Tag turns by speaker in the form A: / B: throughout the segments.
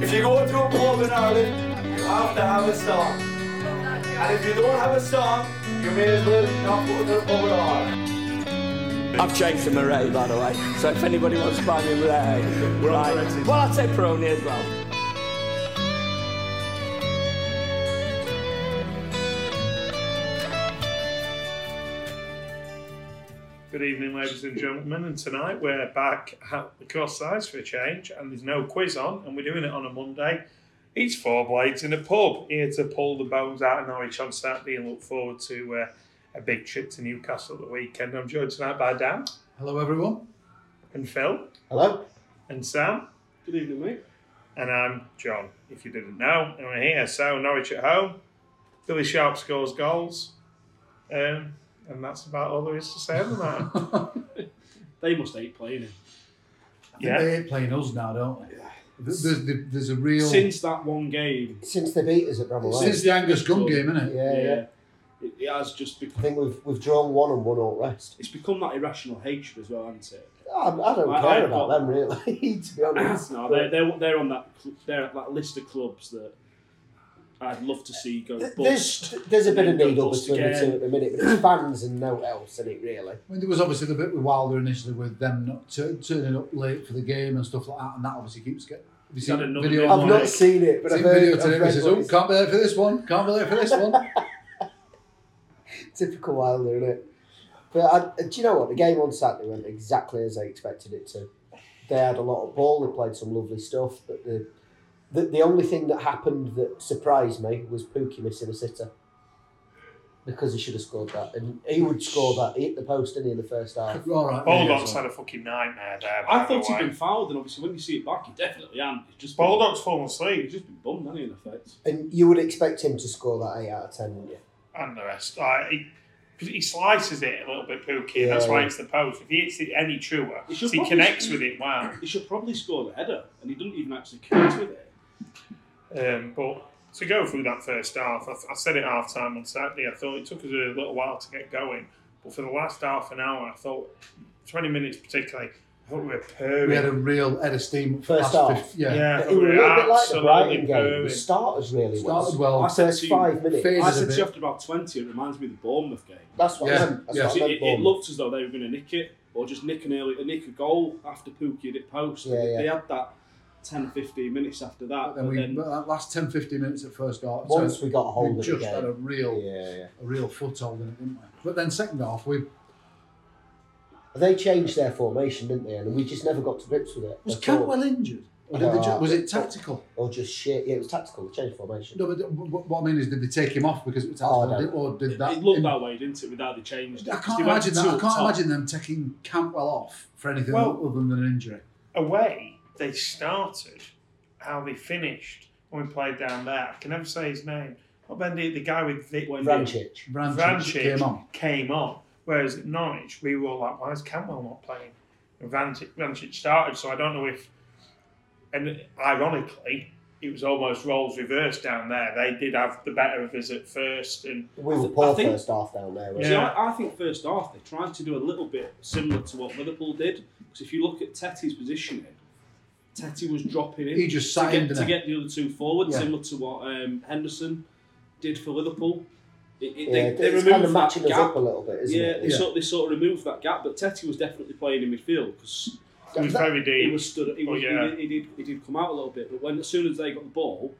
A: If you go to a pub in Ireland, you have to have a song. And if you don't have a song, you may as well not go to the pub at all.
B: I've changed to Murray, by the way. So if anybody wants to buy me Murray, right. Well, I'd say Peroni as well.
C: Good evening, ladies and gentlemen. And tonight we're back at the cross size for a change, and there's no quiz on, and we're doing it on a Monday. It's four blades in a pub, here to pull the bones out of Norwich on Saturday and look forward to uh, a big trip to Newcastle at the weekend. I'm joined tonight by Dan
D: Hello, everyone.
C: and Phil
E: Hello?
C: and Sam.
F: Good evening, mate.
C: And I'm John, if you didn't know. And we're here. So Norwich at home. Billy Sharp scores goals. Um, and that's about all there is to say on the matter.
F: They must hate playing him.
C: Yeah.
D: They hate playing us now, don't they? There's, there's, there's a real. Since,
F: Since that one game,
E: Since they beat us at Bramall Lane.
D: the Angus Gunn game, isn't it?
E: yeah, yeah,
F: yeah, It, it has just
E: I
F: become,
E: think we've we've drawn one and won all rest.
F: it's become that irrational hatred as well, hasn't it?
E: I, I don't
F: I-
E: care
F: I've
E: about
F: got-
E: them really, to be honest.
F: no, they're, they're, they're on that cl- they're at that list of clubs that I'd love to see go
E: Th-
F: bust.
E: There's there's a bit of
F: They go
E: needle
F: bust
E: between the
F: again.
E: two at the minute, but it's fans and no else in it really.
D: I mean, there was obviously the bit with Wilder initially with them not tu- turning up late for the game and stuff like that, and that obviously keeps getting. Have you
F: Is
D: seen
F: that another
D: video?
F: bit?
D: online?
E: I've not seen it, but
D: Seen
E: I've heard
D: video
E: I've
D: today.
E: read
D: that says, "Oh,
E: what it's-
D: can't be there for this one. Can't be there for this one."
E: typical Wilder, isn't it? But I, uh, do you know what? The game on Saturday went exactly as I expected it to. They had a lot of ball. They played some lovely stuff, but the the, the only thing that happened that surprised me was Pookie missing a sitter because he should have scored that, and he would score that. He hit the post didn't he, in the first half.
D: All right.
C: Bulldogs had a fucking nightmare there. by
F: I thought
C: the
F: he'd
C: way.
F: been fouled, and obviously when you see it back, he definitely hadn't. It's just
C: Bulldogs falling
F: Been,
C: asleep
F: he's just been bummed, hasn't he? In effect,
E: And you would expect him to score that eight out of ten, wouldn't you?
C: and the rest. Like, he, 'cause he slices it a little bit pooky. and that's
E: Yeah.
C: why it's the post. If he hits it any truer,
F: He
C: so
F: should
C: he
F: probably-
C: connects with it well.
F: he should probably score the header, and he didn't even actually connect with it.
C: Um, but to go through that first half, I, I said it half time on Saturday. I thought it took us a little while to get going, but for the last half an hour, I thought twenty minutes particularly, I thought we were purring.
D: We had a real head of steam for
E: First
D: the last
E: half.
D: fif- yeah.
C: yeah, I thought
E: It
C: we
E: was a
C: were
E: little bit like the
C: absolutely
E: Brighton game.
C: purring.
E: The starters really
D: Started
E: well.
D: well.
F: I said
E: First
F: to you-
E: five minutes.
D: Faded
F: I
D: a
F: said to
D: bit.
F: you after about twenty, it reminds me of the Bournemouth game.
E: That's what
D: Yeah,
E: I meant. That's
D: yeah.
E: what I
F: It,
E: meant.
F: it, it
E: Bournemouth.
F: looked as though they were going to nick it or just nick an early, nick a goal after Pookie had it post.
E: Yeah, yeah.
F: They had that 10, 15 minutes after that.
D: But then
F: but
D: we
F: then
D: but that last 10, 15 minutes at first half.
E: Once we got a
D: we
E: hold of the
D: just had a
E: game.
D: real,
E: Yeah, yeah.
D: a real foothold in it, didn't we? But then second half, we
E: They changed their formation, didn't they? And we just never got to grips with it.
D: was
E: at all.
D: Cantwell injured. Or did they ju- was it tactical?
E: Or just shit. Yeah, it was tactical. They changed formation.
D: No, but what what I mean is, did they take him off because it was
E: Oh,
D: tactical,
E: I
D: did- or did that?
F: it looked
D: in-
F: that way, didn't it? Without they changed it.
D: I
F: 'Cause
D: can't
F: they went to
D: imagine that. I
F: up
D: can't
F: top.
D: imagine them taking Cantwell off for anything
C: Well-
D: other than an injury.
C: away, they started how they finished when we played down there. I can never say his name. Not Bendy, the guy with Vic
F: Wendy.
E: Vrancic.
D: Branch
C: Vrancic
D: came on.
C: came on. Whereas at Norwich, we were all like, why is Campbell not playing? And Vrancic, Vrancic started, so I don't know if. And ironically, it was almost roles reversed down there. They did have the better of us at first, and
E: We
F: I
E: were
F: th-
E: poor
F: I think-
E: first half down there. weren't
F: See,
E: we?
C: Yeah.
F: I, I think first half they tried to do a little bit similar to what Liverpool did. Because if you look at Tetty's positioning, Tetty was dropping in.
D: He just
F: to
D: sat in,
F: get,
D: didn't
F: to
D: he?
F: get the other two forward,
D: Yeah.
F: similar to what um, Henderson did for Liverpool. It, it,
E: Yeah,
F: they, they
E: it's
F: removed
E: kind of
F: that
E: matching us
F: gap.
E: up a little bit, isn't
F: yeah,
E: it?
F: they
D: Yeah.
F: sort they sort of removed that gap, but Tetty was definitely playing in midfield because
C: it was very
F: he
C: deep.
F: was stood. He,
C: Oh,
F: was,
C: yeah.
F: he, did, he did he did come out a little bit, but when as soon as they got the ball,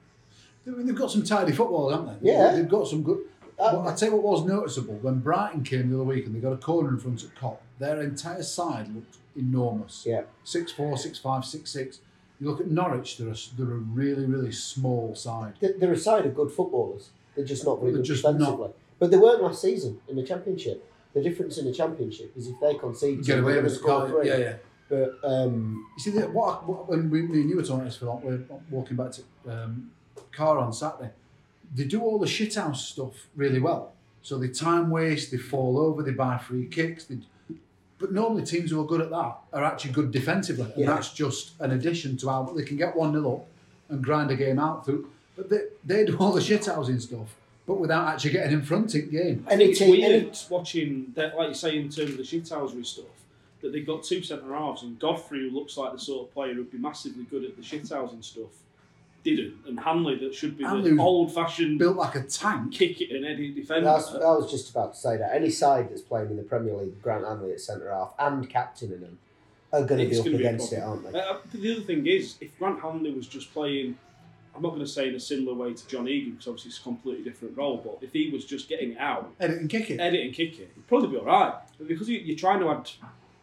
D: I mean, they've got some tidy football, haven't they?
E: Yeah.
D: They've got some good.
E: Uh,
D: Well, I tell you what was noticeable when Brighton came the other week and they got a corner in front of Cop. Their entire side looked enormous.
E: Yeah.
D: Six four, six five, six six. You look at Norwich; they're a, s- they're a really, really small side.
E: They- They're a side of good footballers. They're just not really
D: They're
E: good
D: just
E: defensively. But they weren't last season in the championship. The difference in the championship is if they concede,
D: Get
E: two,
D: away
E: they're
D: with
E: gonna
D: it,
E: score
D: can't you?
E: three.
D: Yeah, yeah.
E: But um,
D: You see, that what, what when we, me and you were talking this for long, we're walking back to um, car on Saturday. They do all the shithouse stuff really well. So they time waste, they fall over, they buy free kicks. They, but normally teams who are good at that are actually good defensively, and
E: Yeah.
D: that's just an addition to how they can get one 0 up and grind a game out through. But they, they do all the shithousing stuff, but without actually getting in front of the game.
E: any
F: it's
E: team,
F: weird
E: any,
F: watching that, like you say, in terms of the shithousery stuff. That they've got two centre halves and Godfrey, who looks like the sort of player who'd be massively good at the shithousing stuff, didn't, and Hanley that should be the
D: Hanley was
F: old-fashioned
D: Built like a tank.
F: kick it and any defender.
E: That's, I was just about to say that any side that's playing in the Premier League, Grant Hanley at centre half and captaining them, are going to be
F: It's
E: up
F: gonna be a
E: against it,
F: problem.
E: aren't they?
F: Uh, but the other thing is, if Grant Hanley was just playing, I'm not going to say in a similar way to John Egan because obviously it's a completely different role, but if he was just getting it out,
D: Edit and kick it.
F: edit and kick it, he'd probably be all right. But because you, you're trying to add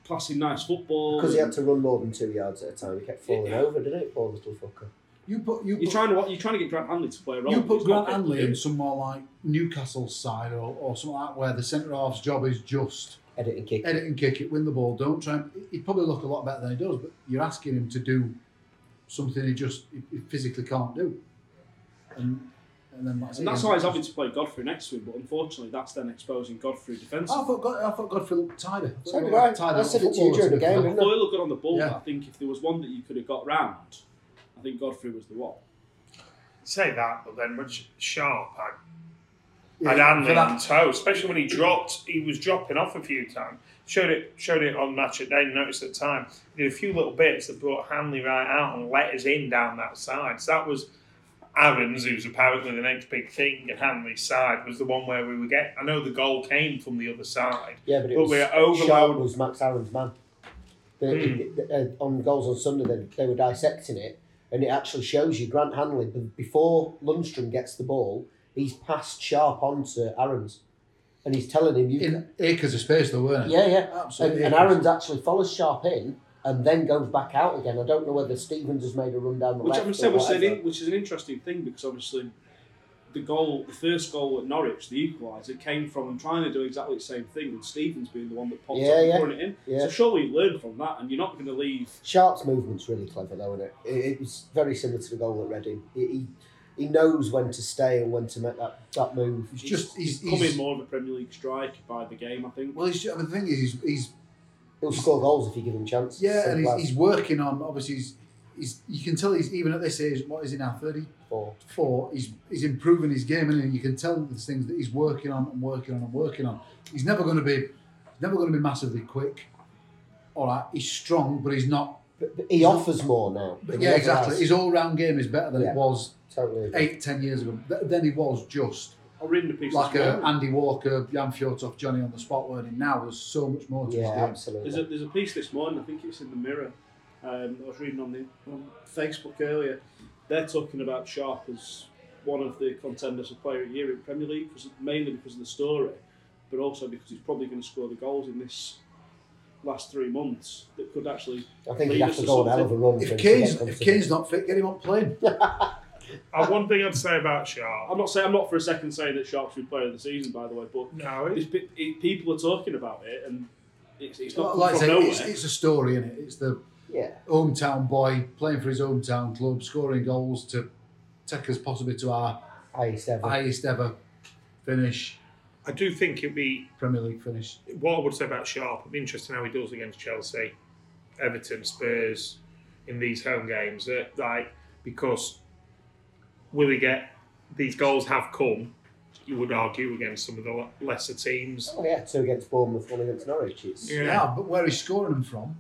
F: classy, nice football,
E: Because he had
F: and
E: to run more than two yards at a time. He kept falling
F: Uh, Yeah.
E: over, didn't he, poor little fucker?
D: You put you
F: you're
D: put,
F: trying to you're trying to get Grant Hanley to play a role.
D: you
F: but
D: put
F: he's not
D: Grant Hanley
F: getting
D: in
F: it.
D: some more like Newcastle side or, or something like where the centre half's job is just
E: Edit and kick.
D: edit and kick it, win the ball, don't try. And, he'd probably look a lot better than he does, but you're asking him to do something he just he, he physically can't do. And and then that's
F: And
D: it.
F: that's why he's having to play Godfrey next to him, but unfortunately, that's then exposing Godfrey defensively.
D: I
E: Oh,
D: thought God, I thought Godfrey looked tired. I
E: So
D: thought he
E: did
D: looked
E: I.
D: tired
E: I
D: as a
E: said it to you
D: footballer
E: during the
D: today.
E: game,
F: I
E: didn't
F: thought it looked good on the ball.
D: Yeah.
F: but I think if there was one that you could have got round, I think Godfrey was the one.
C: Say that, but then much sharp. I
D: Yeah,
C: and
D: for
C: Hanley
D: that-
C: on toe, especially when he dropped. He was dropping off a few times. Showed it, showed it on match at day. and Noticed at the time He did a few little bits that brought Hanley right out and let us in down that side. So that was Aaron's, who's apparently the next big thing, and Hanley's side was the one where we were getting. I know the goal came from the other side.
E: Yeah, but it
C: But
E: was,
C: we're overloaded.
E: Sharp was Max Aaron's man. The,
C: Hmm.
E: the- uh, on goals on Sunday, they, they were dissecting it, and it actually shows you Grant Hanley, b- before Lundstrom gets the ball, he's passed Sharp on to Aaron's. And he's telling him, you can,
D: in acres of space though, weren't it?
E: Yeah, yeah. And,
D: absolutely.
E: and Aaron's actually follows Sharp in and then goes back out again. I don't know whether Stevens has made a run down the
F: Which,
E: left.
F: I'm saying,
E: or
F: which, is an,
E: whatever.
F: in- which is an interesting thing because obviously the goal, the first goal at Norwich, the equaliser, came from him trying to do exactly the same thing and Stevens being the one that popped
E: Yeah,
F: up and
E: yeah.
F: pouring it in.
E: Yeah.
F: So surely you learn from that and you're not going to leave.
E: Sharp's movement's really clever, though, isn't it? it? It was very similar to the goal at Reading. He, he, he knows when to stay and when to make that, that move.
D: He's just he's,
F: He's,
D: he's,
F: coming more of a Premier League striker by the game, I think.
D: well. He's, ju- I mean, the thing is, he's, he's
E: He'll score goals if you give him chances.
D: yeah, and
E: Simple
D: he's, he's working on. Obviously, he's, he's you can tell he's even at this age. What is he now? Thirty
E: as four.
D: four. He's he's improving his game, and you can tell there's things that he's working on and working on and working on. He's never going to be he's never going to be massively quick. All right, he's strong, but he's not.
E: But, but he offers more now.
D: But
E: than he
D: yeah,
E: ever
D: exactly.
E: has.
D: His all round game is better than
E: Yeah.
D: it was
E: totally. agree.
D: eight, ten years ago. Th- Then he was just
F: I'll read in the piece
D: like
F: this
D: a
F: morning.
D: Andy Walker, Jan Fjortoff, Johnny on the spot learning. Now there's so much more to
E: Yeah,
D: his game.
E: absolutely.
F: There's a, there's a piece this morning, I think it's in the Mirror. Um, I was reading on the on Facebook earlier. They're talking about Sharp as one of the contenders for Player of the Year in Premier League, because, mainly because of the story, but also because he's probably going to score the goals in this last three months that could actually.
E: I think
F: lead
E: he'd have
F: us
E: to
F: to
E: go on a hell of a
F: something.
E: run. for
D: If
E: him to get
D: Kane's, if
E: comfortable.
D: Kane's not fit, get him on plane.
C: Uh, one thing I'd say about Sharp.
F: I'm not saying I'm not for a second saying that Sharp should be Player of the Season, by the way, but
C: No,
F: it's,
C: it's,
F: pe- it, people are talking about it, and it's, it's not
D: Like
F: come
D: I say,
F: from nowhere.
D: it's, it's a story, innit? It's the
E: Yeah.
D: hometown boy playing for his hometown club, scoring goals to take us possibly to our
E: Highest ever.
D: highest ever finish,
C: I do think it'd be
D: Premier League finish.
C: what I would say about Sharp. It'd be interesting how he does against Chelsea, Everton, Spurs in these home games. That like because will he get these goals have come? You would argue against some of the le- lesser teams.
E: Oh, yeah, two against Bournemouth, one against Norwich. It's,
C: Yeah,
D: Yeah, but where he's scoring them from,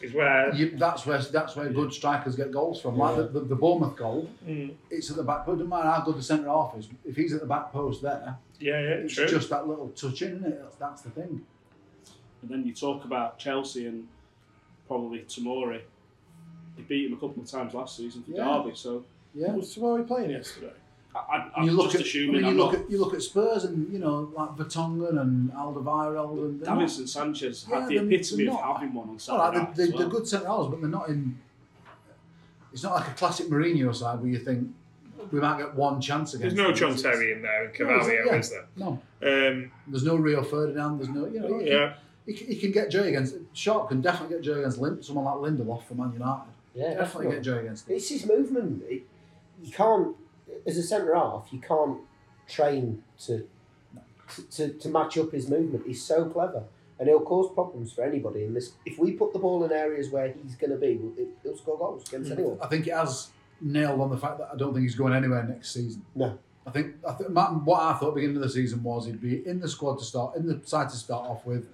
C: is where
D: you, that's where that's where good strikers get goals from. Like the, the, the Bournemouth goal,
C: Mm.
D: it's at the back post. Doesn't matter how good the centre half is, if he's at the back post there,
C: yeah, yeah,
D: it's
C: true.
D: just that little touch in, isn't it? That's, that's the thing.
F: And then you talk about Chelsea and probably Tamori. They beat him a couple of times last season for
D: Yeah.
F: Derby, so
D: Yeah.
C: was Tamari playing yesterday?
F: I, I,
D: And
F: I'm
D: you look
F: just
D: at
F: assuming
D: I mean, you
F: I'm
D: look
F: not.
D: at you look at Spurs and you know like Vertonghen and Alderweireld and they're not-
F: Davinson Sanchez
D: Yeah,
F: had the
D: they're-
F: epitome
D: they're
F: of
D: not-
F: having one on
D: All
F: Saturday.
D: right,
F: night
D: they,
F: as
D: they,
F: well.
D: they're good centre halves, but they're not in. It's not like a classic Mourinho side where you think we might get one chance
C: There's
D: against.
C: no
D: them.
C: John
D: It's-
C: Terry in there and
D: No, is it?
C: Cavalier,
D: Yeah.
C: is there?
D: No,
C: Um,
D: there's no Rio Ferdinand. There's no, you know, he,
C: yeah,
D: can, he, can, he can get joy against. Sharp can definitely get joy against Lind, someone like Lindelof for Man United.
E: yeah,
D: definitely
E: definitely.
D: get joy against. Him.
E: It's his movement. It, you can't, as a centre half, you can't train to, to to match up his movement. He's so clever, and he'll cause problems for anybody. And this, if we put the ball in areas where he's going to be, it, he'll score goals against
F: Mm.
E: anyone.
D: I think it has nailed on the fact that I don't think he's going anywhere next season.
E: No.
D: I think I think my, what I thought beginning of the season was he'd be in the squad to start, in the side to start off with,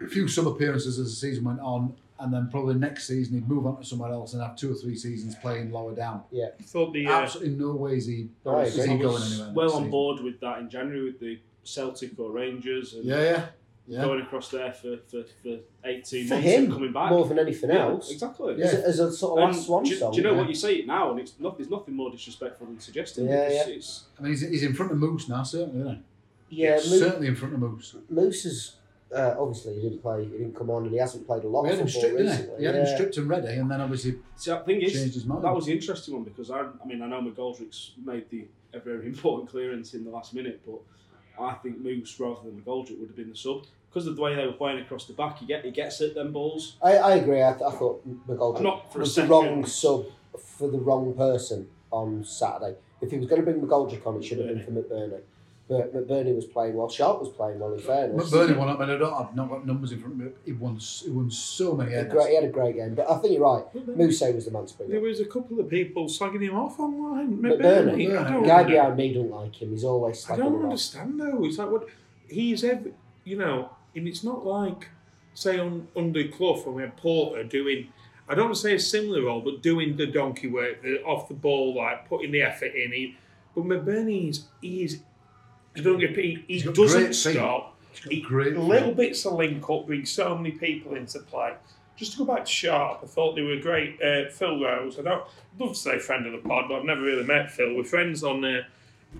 D: a few sub appearances as the season went on, and then probably next season he'd move on to somewhere else and have two or three seasons playing lower down.
E: Yeah.
C: thought the uh,
D: Absolutely no way is he,
E: No, I
D: is he
E: agree.
D: going
F: I
D: anywhere.
F: was
D: next
F: well on
D: season.
F: board with that in January with the Celtic or Rangers and
D: Yeah, yeah, yeah.
F: going across there for, for, for 18
E: For
F: months
E: him,
F: and coming back.
E: more than anything
F: Yeah,
E: else.
F: Exactly.
D: Yeah.
E: As, a, as a sort of
F: And
E: last swan
F: do,
E: song.
F: do you know
E: yeah.
F: what you say it now, and it's not, there's nothing more disrespectful than suggesting.
E: Yeah,
F: because
E: yeah.
F: It's,
D: I mean, he's, he's in front of Moose now, certainly, isn't
E: Yeah,
D: he?
E: Mo-
D: certainly in front of Moose.
E: Moose is uh, obviously he didn't play, he didn't come on, and he hasn't played a lot
D: We
E: of
D: had him
E: football
D: stripped, didn't
E: recently.
D: he? He had
E: yeah.
D: him stripped and ready, and then obviously
F: see, the thing is,
D: changed his mind.
F: Oh, that was the interesting one because I, I mean, I know McGoldrick's made the a very important clearance in the last minute, but I think Moose rather than McGoldrick would have been the sub because of the way they were playing across the back. He get he gets at them balls.
E: I, I agree. I, th- I thought McGoldrick
F: I'm not for a
E: was the
F: second.
E: wrong sub for the wrong person on Saturday. If he was going to bring McGoldrick on, it should have been for McBurney. But McBurney was playing well. Sharp was playing well, in fairness.
D: McBurney won up, and I don't have not got numbers in front of me. He won, s- he won so many
E: He had a
D: headers.
E: great, he had a great game. But I think you're right. Mousse was the man to bring
C: there
E: it.
C: was a couple of people slagging him off online.
E: But
C: McBurney,
D: Burnley,
C: I
E: The
C: don't,
E: guy
C: know.
E: behind me don't like him. He's
C: I
E: always slagging
C: don't
E: him off.
C: understand though. It's like what he's every, you know, and it's not like say on under Clough when we had Porter doing. I don't want to say a similar role, but doing the donkey work, the off the ball, like putting the effort in. He, but McBurney is he is. I don't get he, he
D: He's got
C: doesn't
D: great feet.
C: stop.
D: got
C: He-
D: great feet.
C: little bits of link up bring so many people into play. Just to go back to Sharp, I thought they were great. Uh, Phil Rose, I don't I'd love to say friend of the pod, but I've never really met Phil. We're friends on uh,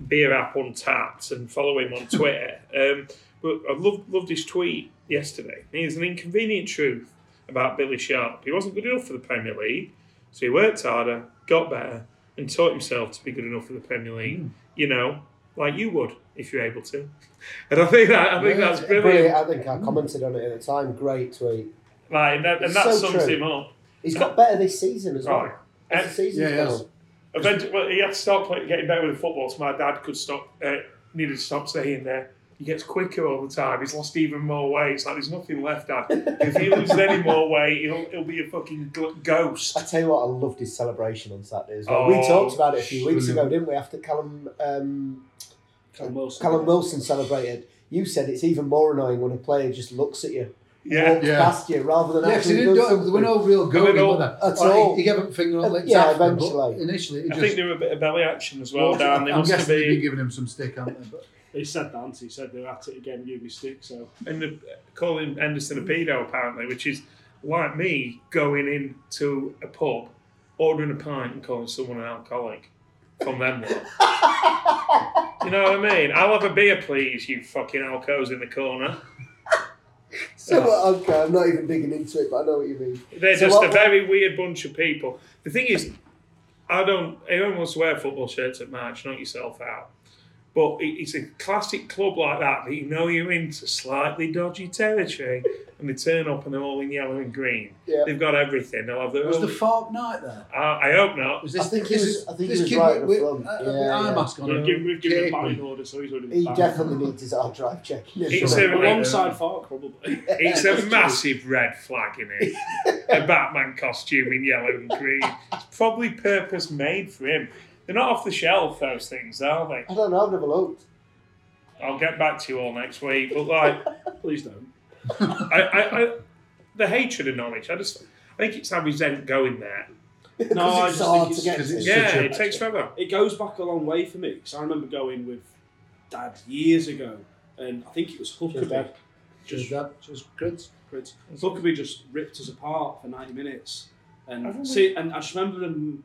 C: Beer App Untapped and follow him on Twitter. um, but I loved, loved his tweet yesterday. Here's an inconvenient truth about Billy Sharp. He wasn't good enough for the Premier League, so he worked harder, got better, and taught himself to be good enough for the Premier League. You know, like you would if you're able to. And I think that I think
D: Yeah,
C: that's
D: it's
C: brilliant.
E: Uh, Brilliant. I think I commented on it at the time. Great tweet.
C: Like, and that, and
E: It's
C: that
E: so
C: sums
E: true.
C: him up.
E: He's got better this season as well.
C: Right.
E: As the season's
D: Yeah,
E: gone
D: he
E: on.
D: has.
C: Eventually, well, he had to start play, getting better with the football, so my dad could stop, uh, needed to stop saying there. He gets quicker all the time. He's lost even more weight. It's like there's nothing left, Dad. If he loses any more weight, he'll, he'll be a fucking gl- ghost.
E: I tell you what, I loved his celebration on Saturday as well. we
C: Oh,
E: talked about it a few weeks ago,
D: brilliant.
E: didn't we? After Callum um,
F: Callum Wilson.
E: Callum Wilson celebrated, you said it's even more annoying when a player just looks at you,
C: Yeah.
E: walks
D: Yeah.
E: past you, rather than
D: Yeah, 'cause he
E: actually
D: didn't
E: does
D: do it. There
E: something.
D: were no real going
C: all-
D: were there?
E: At
D: Or he-
E: all.
D: He gave him finger on lips
E: Yeah,
D: after, but
E: eventually.
D: Initially, he
C: I
D: just.
C: think there were a bit of belly action as well, Dan. They
D: I'm
C: must have
D: guessing they've been
C: been
D: giving him some stick, haven't they? But
F: He said that. He said they're at it again. You be stick. So
C: in the, calling Anderson a pedo, apparently, which is like me going into a pub, ordering a pint, and calling someone an alcoholic from them. lot. you know what I mean? I'll have a beer, please, you fucking alcos in the corner.
E: So, well, okay, I'm not even digging into it, but I know what you mean.
C: They're
E: So
C: just
E: what-
C: a very weird bunch of people. The thing is, I don't. Everyone wants to wear football shirts at March, knock yourself out. But it- it's a classic club like that that you know you're into slightly dodgy territory, and they turn up and they're all in yellow and green.
E: Yeah.
C: They've got everything. They'll have their
D: was
C: own.
D: the Fark night there?
C: I, I hope not.
D: Was
E: I think he
D: this,
E: was- I think he
D: this
E: was
D: kid
E: right
D: with,
E: at
D: with
E: the front.
D: uh,
E: Yeah,
D: the eye
E: yeah.
D: mask on
F: we've given, we've given him
D: Cape
F: a
D: with-
F: batting order, so he's already. been
E: He
F: banned.
E: definitely needs his hard drive check.
C: It's
E: Yeah.
C: a-
F: alongside Fark probably.
C: It's a massive red flag in it. a Batman costume in yellow and green. It's probably purpose made for him. They're not off the shelf, those things, are they?
E: I don't know, I've never looked.
C: I'll get back to you all next week. But like,
F: Please don't.
C: I, I, I the hatred of Norwich. I just, I think it's how we resent going there.
F: No, I
E: it's
F: just think
E: hard to
F: it's-
E: get
D: 'cause
E: to.
D: it's
C: yeah,
D: such a-
C: it takes forever.
F: it goes back a long way for me because I remember going with Dad years ago, and I think it was
E: Cheers,
F: Huckabee.
E: Dad.
D: Just
F: Just
D: that, just grids.
F: Chris. Huckabee just ripped us apart for ninety minutes,
C: I don't
F: and see, and I just remember them.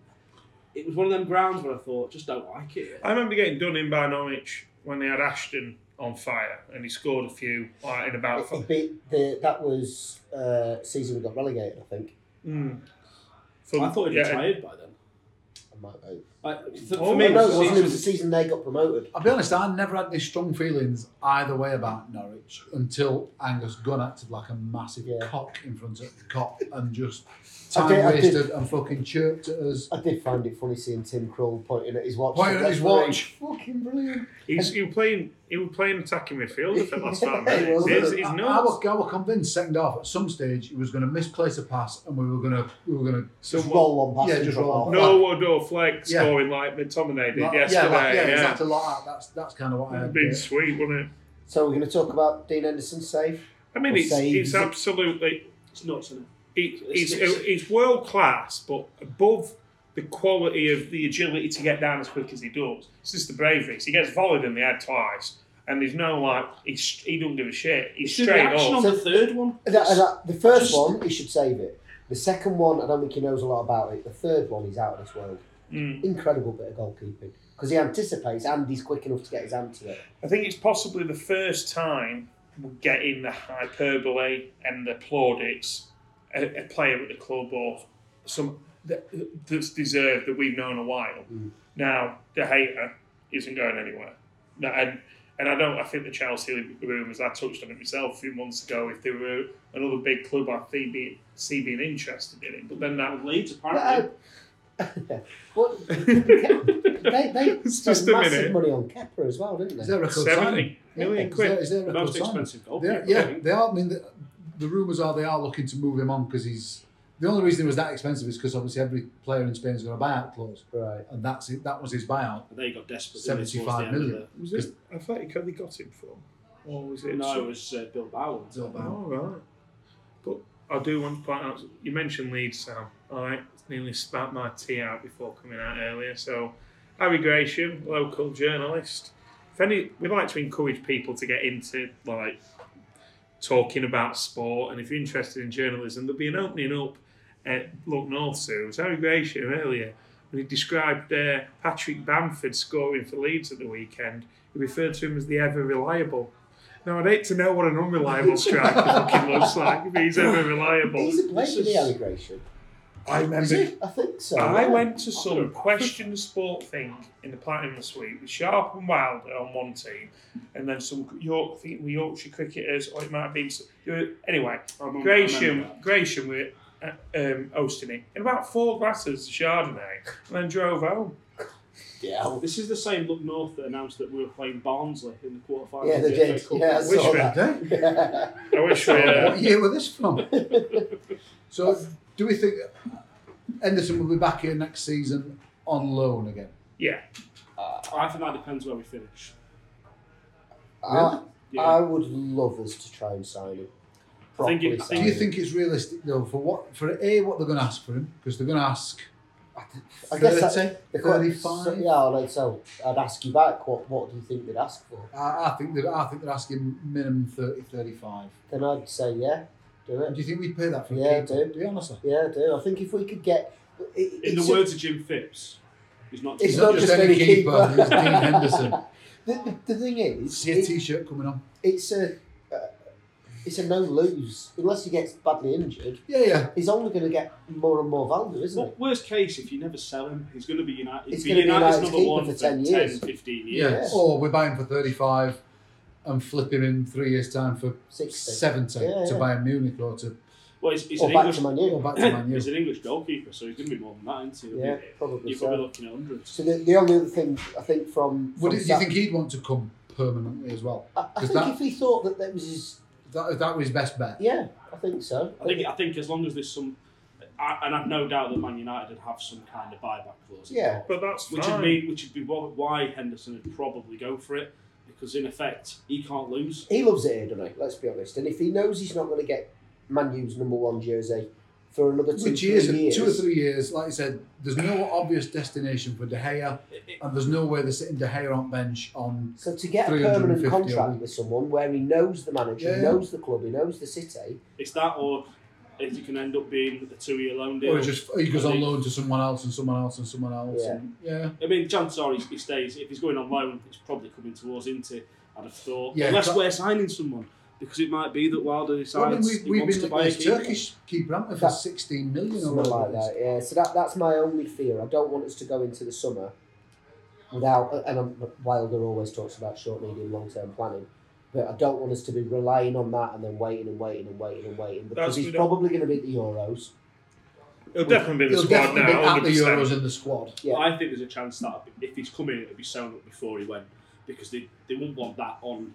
F: It was one of them grounds where I thought, just don't like it.
C: I remember getting done in by Norwich when they had Ashton on fire and he scored a few like, in about.
E: It,
C: Five.
E: it beat the, that was uh, season we got relegated, I think.
C: Mm.
F: I thought he'd
C: yeah,
F: retired by then.
E: I might be.
F: Like, for,
C: Oh,
F: for
E: Oh,
F: me,
E: no,
F: it
E: it
F: was-
E: wasn't. It was the season they got promoted.
D: I'll be honest, I never had any strong feelings either way about Norwich until Angus Gunn acted like a massive
E: Yeah.
D: cock in front of the cop and just
E: I
D: time
E: did- I did-
D: wasted and fucking chirped at us.
E: I did find it funny seeing Tim Krull pointing at his watch.
D: Pointed at his
E: Referee.
D: watch. Fucking brilliant.
C: He's, he was playing. He was playing attacking midfielder for the last five
E: Yeah, he
C: minutes.
E: was,
C: He's,
E: wasn't
C: he's
D: I, I
C: nuts.
D: was, I was convinced second half at some stage he was going to misplace a pass and we were going to we were going to
E: Just roll on past
D: Yeah,
E: him
D: just
E: from
D: roll on
E: half.
C: No wood or Fleck
D: Yeah.
C: scoring like McTominay did
D: Like-
C: yesterday.
D: yeah, like, yeah,
C: yeah.
D: exactly like that. That's that's kind of what I
C: It'd
D: had.
C: been
D: yeah.
C: sweet, wouldn't it?
E: So we're going to talk about Dean Anderson's save.
C: I mean,
E: Or
C: it's, it's
E: saves.
C: absolutely
F: it's nuts, isn't it?
C: it, it's, it's world class, but above the quality of the agility to get down as quick as he does. It's just the bravery. So he gets volleyed in the head twice, and there's no like he's, he don't give a shit. He's
F: It's the
C: straight
F: reaction
C: up.
F: on the third one.
E: That- that- the first
F: Just-
E: one, he should save it. The second one, I don't think he knows a lot about it. The third one, he's out of this world.
C: Mm.
E: Incredible bit of goalkeeping because he anticipates and he's quick enough to get his hand to it.
C: I think it's possibly the first time we're getting the hyperbole and the plaudits a, a player at the club or some that, that's deserved that we've known a while. Now the hater isn't going anywhere, No, and and I don't. I think the Chelsea rumours. I touched on it myself a few months ago. If there were another big club, I think being see being interested in it, but then that would lead.
F: Leeds, apparently.
E: Well, they, they
C: It's
E: spent
C: just a
E: massive
C: minute.
E: money on Kepper as well, didn't they?
D: Is that a record signing?
C: 70 million
D: Is
C: quid.
D: that- is that a
F: The
D: record
F: most
D: signing?
F: expensive
D: They
F: goalkeeper.
D: are, yeah, they are. I mean, the, the rumours are they are looking to move him on because he's the only reason it was that expensive is because obviously every player in Spain's got a buyout clause,
E: Right.
D: and that's it. That was his buyout,
F: And they got desperate. didn't they, towards the
D: seventy-five
F: end of
D: million.
C: Was it Atletico they got him from, or was
F: the-
C: it?
F: No, it was uh, Bilbao.
D: It's all about-
C: All right. But I do want to point out you mentioned Leeds, Sam. I nearly spat my tea out before coming out earlier. So, Harry Gratian, local journalist. If any, we like to encourage people to get into like talking about sport, and if you're interested in journalism, there'll be an opening up at Look North soon. It was Harry Gratian earlier when he described uh, Patrick Bamford scoring for Leeds at the weekend. He referred to him as the ever reliable. Now, I'd hate to know what an unreliable striker fucking looks like if he's ever reliable.
E: He's a player for
F: is-
E: the allegation.
C: I
D: Is
C: remember
D: he?
E: I think so.
C: I
E: yeah.
C: went to some question sport thing in the Platinum Suite with Sharp and Wilder on one team, and then some York, I think it were Yorkshire cricketers, or it might have been. s- Anyway,
F: I remember- I remember
C: Gratian,
F: that.
C: Gratian were uh, um, hosting it in about four glasses of Chardonnay, and then drove home.
E: Yeah.
F: This is the same Look North that announced that we were playing Barnsley in the quarterfinals.
E: Yeah,
F: of
E: they
F: the
E: did.
F: FA Cup.
E: Yeah, I
C: Which
E: saw
C: bit?
E: that.
D: Okay.
C: I wish we. Uh,
D: What year were this from? so, do we think Henderson will be back here next season on loan again?
C: yeah,
F: I think that depends where we finish.
E: I,
F: Yeah.
E: I would love us to try and sign him.
F: I think it-
E: Properly
F: I
E: sign
D: Do you
E: him.
D: think it's realistic though for what for a what they're going to ask for him because they're going to ask
E: I guess that-
D: 30,
E: the que-
D: 35?
E: So, yeah, I'd, so I'd ask you back. What What do you think they'd ask for?
D: I, I think that I think they're asking minimum 30, 35.
E: Then I'd say yeah, do
D: Do
E: it.
D: you think we'd pay that for
E: Yeah,
D: a keeper?
E: I do.
D: you honestly?
E: Yeah, do. it. I think if we could get it, it-
F: In
E: it's
F: the
E: a-
F: words of Jim Phipps, he's not.
E: It's not just any keeper.
D: It's Dean Henderson.
E: The, the, the thing is,
D: See a
E: it-
D: T-shirt coming on.
E: it's a uh, it's a no lose unless he gets badly injured.
D: Yeah, yeah.
E: He's only going to get more and more value, isn't
F: Well, worst case, if you never sell him, he's going to be United. He's
E: He's
F: be
E: gonna be
F: United's
E: United's
F: number
E: keeper
F: one
E: for
F: for
E: 10
F: 10,
E: years.
F: 15
D: yeah,
F: years.
D: Or we're buying for thirty-five and flip him in three years' time for
E: he? Sixty.
D: seventy
E: Yeah,
D: to
E: yeah.
D: Bayern Munich or to
F: Well, he's, he's,
E: or
F: an
E: back to
F: English,
E: Man
D: or
E: U.
D: back to Man
F: he's
D: U.
F: an English goalkeeper, so he's going to be more than that, isn't he?
E: Yeah, probably
F: You're probably
E: so.
F: looking at hundreds.
E: So the, the only other thing I think from, from
D: Would it, do you think he'd want to come permanently as well?
E: I, I
D: Does
E: think
D: that-
E: if he thought that that was his,
D: That that was his best bet.
E: yeah, I think so.
F: I think, I think as long as there's some, I, and I've no doubt that Man United would have some kind of buyback clause. in
E: Yeah.
F: there.
C: but that's
F: which
C: fine.
F: would be which would be wh- why Henderson would probably go for it because in effect he can't lose.
E: He loves it here, doesn't he? Let's be honest. And if he knows he's not going to get Man U's number one jersey for another two,
D: Which
E: three
D: years,
E: years,
D: two or three years, like I said, there's no obvious destination for De Gea, and there's no way they're sitting De Gea on bench on.
E: So to get a permanent
D: 350 a
E: contract
D: week.
E: with someone where he knows the manager,
D: Yeah,
E: he
D: yeah.
E: knows the club, he knows the city,
F: It's that or if you can end up being a two-year loan deal.
D: Or he just he goes on loan to someone else and someone else and someone else. Yeah. And, yeah.
F: I mean, chances are he, he stays. If he's going on loan, it's probably coming towards Inter. I'd have thought.
D: Yeah,
F: Unless
D: but-
F: we're signing someone, because it might be that Wilder
D: Well, I mean,
F: decides
D: we,
F: he
D: we've
F: wants
D: been
F: to
D: like
F: buy a
D: those
F: keeper.
D: Turkish keeper, haven't we, for
E: That-
D: 16 million or
E: something like
D: whatever.
E: that. Yeah. So that that's my only fear. I don't want us to go into the summer without. And I'm, Wilder always talks about short, medium, long term planning. But I don't want us to be relying on that and then waiting and waiting and waiting and waiting
C: That's-
E: because he's probably going to be at the Euros.
C: It'll definitely be in the
D: He'll
C: squad
D: definitely
C: now.
D: be at the
C: 100%.
D: Euros in the squad.
E: Yeah.
F: I think there's a chance that if he's coming, it'll be sewn up before he went because they, they won't want that on.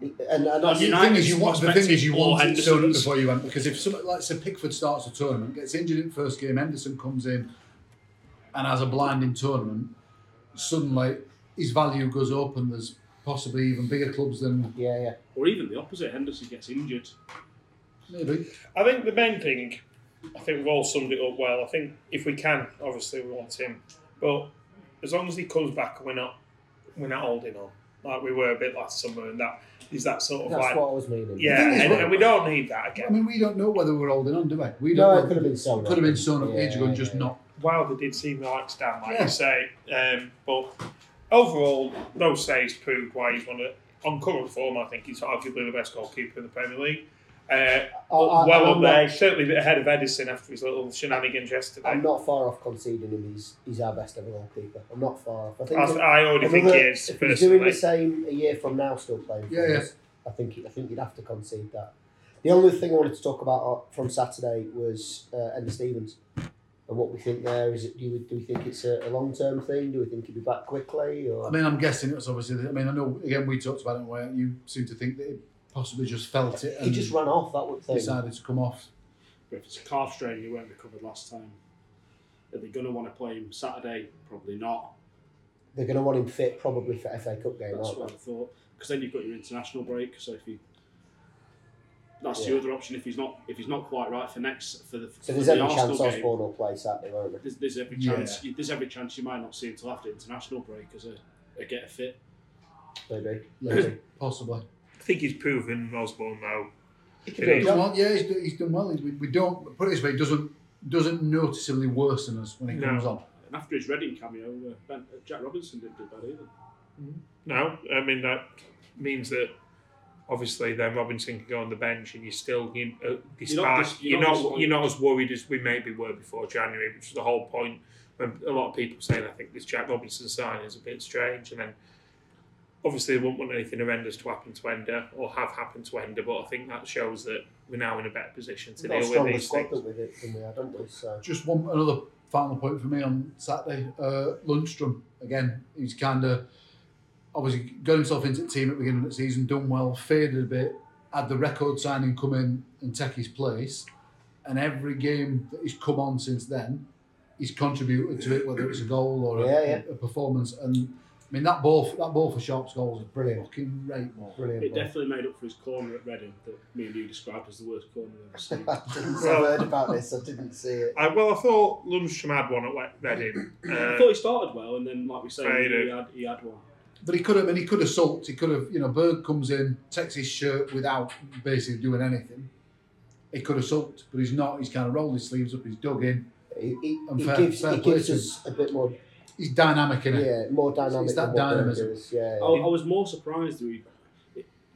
E: And, and that's,
F: You
D: The
F: know-
D: thing is, you want the thing is you
F: Or
D: want it sold up
F: Henderson's.
D: before you went because if somebody like say Pickford starts a tournament, gets injured in first game, Henderson comes in and has a blinding tournament, suddenly his value goes up and there's possibly even bigger clubs than
E: yeah, yeah.
F: Or even the opposite, Henderson gets injured.
D: maybe.
C: I think the main thing I think we've all summed it up well. I think if we can, obviously we want him, but as long as he comes back, we're not we're not holding on like we were a bit last summer, and that is that sort of
E: That's
C: like
E: what I was meaning.
C: yeah,
D: The thing is,
C: and,
D: what-
C: and we don't need that
D: I
C: again.
D: mean, we don't know whether we're holding on, do we? We
E: No,
D: don't.
E: it could have been sewn up.
D: Could have been sewn up
E: Yeah,
D: age ago and just
E: yeah.
D: not.
C: Wilder did seem like Stan, like
D: Yeah.
C: you say, um, but overall, no saves proved why he's one of on current form. I think he's arguably the best goalkeeper in the Premier League. Uh,
E: Oh, I- I-
C: well
E: I'm
C: up there,
E: not-
C: certainly a bit ahead of Edison after his little shenanigans yesterday.
E: I'm not far off conceding him. He's, he's our best ever goalkeeper. I'm not far off. I think
C: I,
E: if-
C: I already think he
E: another-
C: is.
E: If he's doing
C: Personally,
E: the same a year from now, still playing. for
D: Yeah, yeah.
E: us, I think I think you'd have to concede that. The only thing I wanted to talk about uh, from Saturday was uh, Andy Stevens and what we think there. Is it do we, do we think it's a, a long term thing? Do we think he'd be back quickly? Or
D: I mean, I'm guessing it was obviously. I mean, I know again we talked about it where you seem to think that it possibly just felt it
E: he
D: and
E: just ran off that would thing.
D: decided to come off.
F: But if it's a calf strain, he weren't recovered last time. Are they going to want to play him Saturday? Probably not.
E: They're going to want him fit probably for FA Cup game,
F: That's
E: aren't
F: what I
E: they?
F: thought. Because then you've got your international break. So if you, that's
E: Yeah.
F: the other option. If he's not, if he's not quite right for next for the
E: So
F: for
E: there's
F: the
E: every
F: Arsenal
E: chance
F: game,
E: Osborne will play Saturday, won't there?
F: there's, there's every
D: Yeah.
F: chance. You, there's every chance you might not see him until after international break as a, a get a fit.
E: Maybe.
D: Yeah, possibly.
C: I think he's proven Osborne now.
D: He's done well. Yeah, he's, do- he's done well. He's- We, we don't put it this way. He doesn't doesn't noticeably worsen us when he
C: No.
D: comes on.
F: And after his Reading cameo, uh, ben, uh, Jack Robinson didn't do bad either.
C: No, I mean that means that obviously then Robinson can go on the bench, and you're still you, uh, despite
F: dis-
C: you're
F: you're
C: not
F: not
C: you're not,
F: disappointed.
C: as worried as we maybe were before January, which is the whole point. When a lot of people saying I think this Jack Robinson sign is a bit strange, and then obviously they wouldn't want anything horrendous to happen to Ender or have happened to Ender, but I think that shows that we're now in a better position to deal
E: We've got a
C: with
E: stronger
C: these
E: squad
C: things.
E: than we did than we had, haven't we? So
D: Just one another final point for me on Saturday. Uh, Lundstrom again. He's kind of obviously got himself into the team at the beginning of the season, done well, faded a bit, had the record signing come in and take his place, and every game that he's come on since then, he's contributed to it, whether it's a goal or a,
E: Yeah, yeah.
D: a performance. And I mean that ball, that ball for Sharp's goal was a
E: Brilliant.
D: fucking great ball.
E: brilliant.
F: It
E: ball.
F: definitely made up for his corner at Reading that me and you described as the worst corner I've ever seen.
E: I didn't
C: Well-
E: I've heard about this. I didn't see it.
C: I, well, I thought Lundstrom had one at Reading.
F: I
C: Uh,
F: thought he started well, and then like we say, he
C: Faded.
F: had, he had one.
D: But he could have, and he could have sulked. He could have, you know, Berg comes in, takes his shirt without basically doing anything. He could have sulked, but he's not. He's kind of rolled his sleeves up. He's dug in.
E: He, he,
D: And
E: he
D: fair-
E: gives,
D: fair
E: he
D: play
E: gives
D: to
E: us a bit more,
D: He's dynamic in it.
E: yeah, more dynamic.
D: It's that
E: than what Berger
D: dynamism.
E: is, Yeah,
F: I,
C: Oh,
F: I was more surprised that he,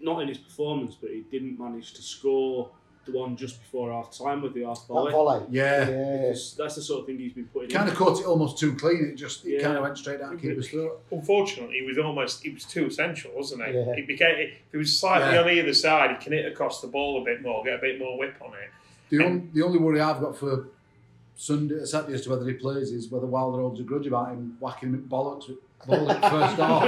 F: not in his performance, but he didn't manage to score the one just before half time with the half
E: that
F: volley.
E: volley.
D: Yeah.
E: yeah.
F: That's that's the sort of thing he's been putting
D: Kind
F: in.
D: of caught it almost too clean. It just it
F: Yeah.
D: kind of went straight out keeper's throat.
C: unfortunately, he was almost he was too essential, wasn't he?
E: Yeah.
C: He became if he was slightly
D: Yeah.
C: on either side, he can hit across the ball a bit more, get a bit more whip on it.
D: The, on, the only worry I've got for Sunday, Saturday as to whether he plays is whether Wilder holds a grudge about him whacking him bollocks with ball at first half.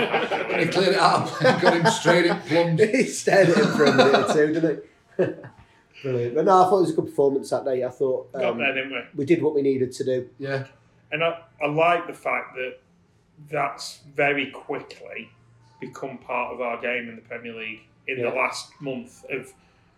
D: And he cleared it out and got him straight in plunged.
E: he stared at him for a minute or two, didn't he? Brilliant. But no, I thought it was a good performance that day. I thought
C: Got
E: um,
C: there, didn't we?
E: we did what we needed to do.
D: Yeah,
C: And I, I like the fact that that's very quickly become part of our game in the Premier League in
E: Yeah.
C: the last month of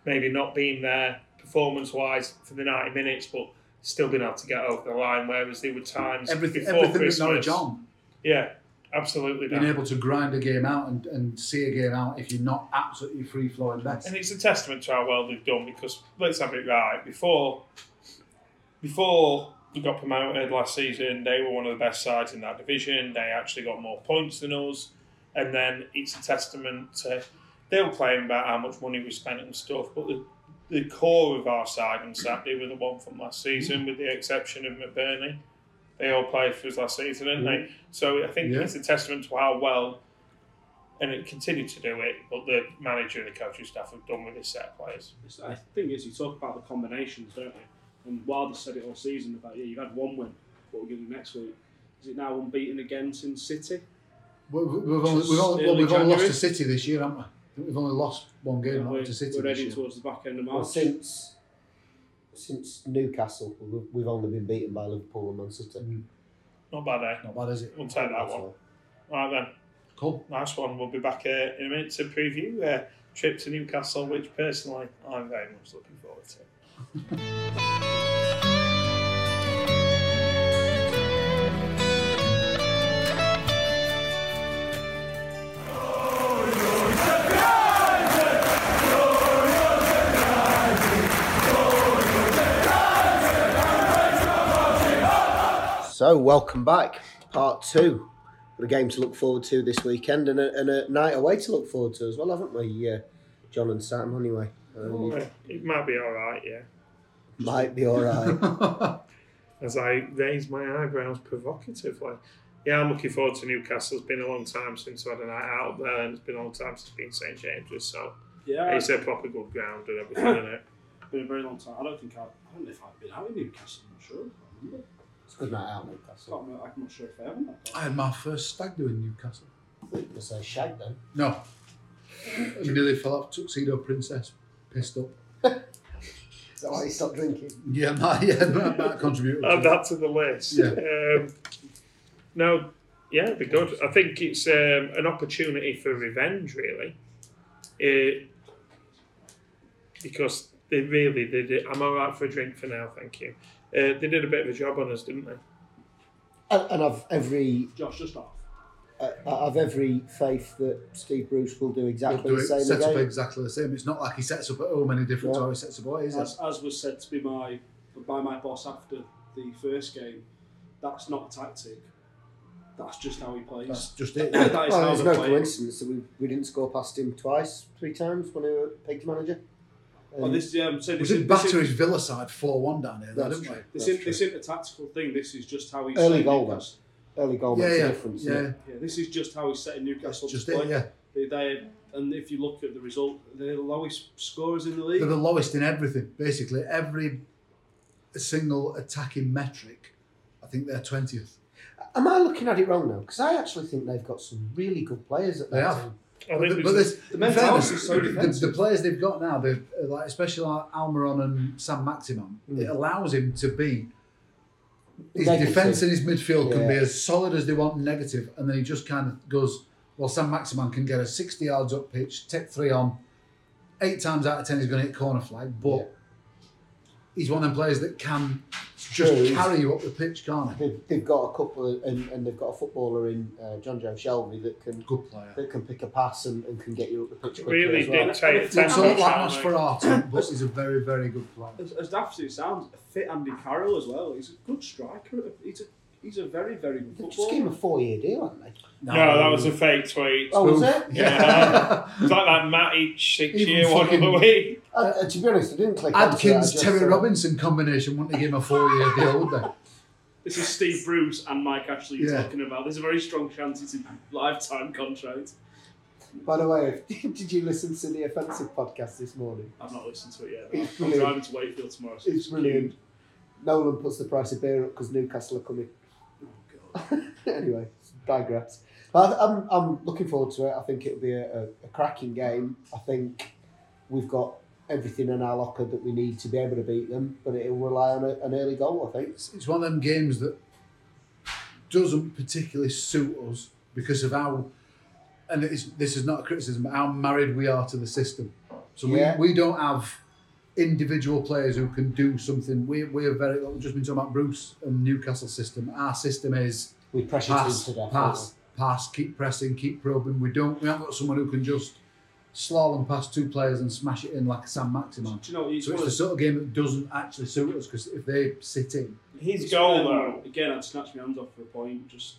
C: maybe not being there performance wise for the ninety minutes, but still being able to get over the line. Whereas there were times
D: everything,
C: before
D: everything that
C: Christmas,
D: Norwich on.
C: yeah, absolutely.
D: being
C: Dan.
D: able to grind a game out and, and see a game out if you're not absolutely free flowing best.
C: And it's a testament to how well they've done because let's have it right. Before before we got promoted last season, they were one of the best sides in that division. They actually got more points than us. And then it's a testament to they were playing about how much money we spent and stuff, but the the core of our side on Saturday were the one from last season, with the exception of McBurney. They all played for us last season, didn't they? So I think
D: Yeah.
C: it's a testament to how well, and it continued to do it, but the manager and the coaching staff have done with this set of players.
F: It's- I think is you talk about the combinations, don't you? And Wilder said it all season about yeah, you've had one win. What we're going to do next week? Is it now unbeaten again since City?
D: We- we- We've only, we've only, well,
F: Early
D: we've only lost
F: January.
D: to City this year, haven't we? I think We've only lost one game
F: we're,
D: not to City
F: we're
D: this
F: heading
D: year.
F: towards the back end of
E: Well,
F: March.
E: since since Newcastle, we- we've only been beaten by Liverpool and Man City.
C: Not bad, eh?
D: Not bad, is it?
C: We'll take Mm. that one. Right then,
D: Cool.
C: nice one. We'll be back uh, in a minute to preview uh, trip to Newcastle, which personally I'm very much looking forward to.
E: So, welcome back. Part two. Got a game to look forward to this weekend and a, and a night away to look forward to as well, haven't we, uh, John and Sam, anyway? Um,
C: It might be all right, yeah.
E: might be all right.
C: As I raise my eyebrows provocatively. Yeah, I'm looking forward to Newcastle. It's been a long time since I had a night out there, and it's been a long time since I've been to St James's, so
F: Yeah,
C: it's a proper good ground and everything in it.
F: it's been a very long time. I don't think I've, I don't know if I've been out in Newcastle. I'm not sure. I remember.
E: it's a good night out,
F: I
E: Newcastle.
F: can't remember. I'm not sure if I haven't.
D: I had my first stag do in Newcastle.
E: We'll say shag then.
D: No. I nearly fell off Tuxedo Princess. Pissed up.
E: Is that why you stopped drinking?
D: Yeah, my, yeah, that, that contributed. to
C: Add
D: it.
C: that to the list.
D: Yeah.
C: Um, no, yeah, it'd be good. I think it's um, an opportunity for revenge, really. It, because they really they did. I'm all right for a drink for now, thank you. Uh, they did a bit of a job on us, didn't they?
E: And, and I've every
F: Josh, just off.
E: uh, I've every faith that Steve Bruce will do
D: We'll
E: exactly
D: do
E: the
D: it,
E: same
D: set up
E: again.
D: exactly the same. It's not like he sets up at home any different
E: No.
D: to how he sets up away, is it?
F: As, as was said to be my by my boss after the first game, that's not a tactic. That's just how he plays.
D: That's just it.
F: that is
E: Oh,
F: how
E: there's
F: he
E: no
F: plays.
E: coincidence that we, we didn't score past him twice, three times when we were Pigs manager.
F: Oh, this, yeah, I'm saying
D: We
F: this,
D: did
F: is-
D: batter
F: this,
D: his Villa side 4 1 down here, though,
E: That's
D: didn't
E: true.
D: we?
F: this,
E: That's
F: isn't, this isn't a tactical thing. This is just how he's
E: Early
F: setting
E: goal,
F: Newcastle-
E: Early goal
D: Yeah,
E: makes a
D: yeah.
E: difference.
D: yeah.
E: doesn't it?
F: Yeah, this is just how he's setting Newcastle.
D: Just
F: to play.
D: it, yeah.
F: They, they, and if you look at the result, they're the lowest scorers in the league.
D: They're the lowest in everything, basically. Every single attacking metric, I think they're 20th.
E: Am I looking at it wrong now? Because I actually think they've got some really good players at
D: They
E: that
D: have.
E: team.
C: I think
D: But, the-
C: it
D: but
C: was-
D: this,
F: The
D: in
F: mentality
D: fairness,
F: is so
D: the, the
F: defensive.
D: players they've got now, they've, uh, like especially like Almiron and Sam Maximan, it allows him to be. His
E: Negative.
D: defence and his midfield can be
E: Yeah.
D: as solid as they want, and negative, and then he just kind of goes. Well, Sam Maximan can get a 60 yards up pitch, take three on. Eight times out of ten, he's going to hit corner flag, but
E: Yeah.
D: he's one of them players that can
E: Sure,
D: just
E: he's-
D: carry you up the pitch, can't he?
E: They've, they've got a couple, of, and, and they've got a footballer in uh, John Joe Shelby that can
D: Good player.
E: that can pick a pass and, and can get you up the pitch. quickly
C: really
E: as well.
C: dictate
F: It's not
D: Looks a lot
C: tempo,
D: like
C: aren't they?
D: Nosferatu, but he's a very, very good player.
F: As, as daft as it sounds, a fit Andy Carroll as well. He's a good striker. He's a he's a very very good
E: They just gave him
F: footballer.
E: a four-year deal, haven't they?
C: No, that was a fake tweet.
E: Oh, was it?
C: Yeah. It's like that Matt each six
D: Even
C: year one of the
D: fucking-
C: week.
E: Uh, uh, to be honest, I didn't click. onto it, I
D: Adkins
E: just uh,
D: Terry
E: saw-
D: Robinson combination wouldn't they give him a four year deal, would they?
F: This is Steve Bruce and Mike Ashley
D: Yeah.
F: talking about. There's a very strong chance it's a lifetime contract.
E: By the way, did you listen to the offensive podcast this morning?
F: I've not listened to it yet.
E: It's
F: I'm
E: brilliant.
F: driving to Wakefield tomorrow. so
E: It's brilliant. Nolan puts the price of beer up because Newcastle are coming.
F: Oh, God.
E: anyway, digress. But I- I'm, I'm looking forward to it. I think it'll be a, a, a cracking game. I think we've got everything in our locker that we need to be able to beat them, but it'll rely on a, an early goal, I think.
D: It's, it's one of them games that doesn't particularly suit us because of how, and it's, this is not a criticism, but how married we are to the system. So
E: Yeah.
D: we, we don't have individual players who can do something. We, we are very, like we've just been talking about Bruce and Newcastle system. Our system is
E: We pressure
D: pass,
E: teams to death.
D: pass, pass, keep pressing, keep probing. We don't, we haven't got someone who can just slalom past two players and smash it in like a Sam Maximan.
F: Do you know, it's
D: So
F: one
D: it's
F: of
D: the sort of game that doesn't actually suit us because if they sit in,
C: His
F: It's
C: goal,
F: one
C: though.
F: of them- Again, I'd snatch my hands off for a point. Just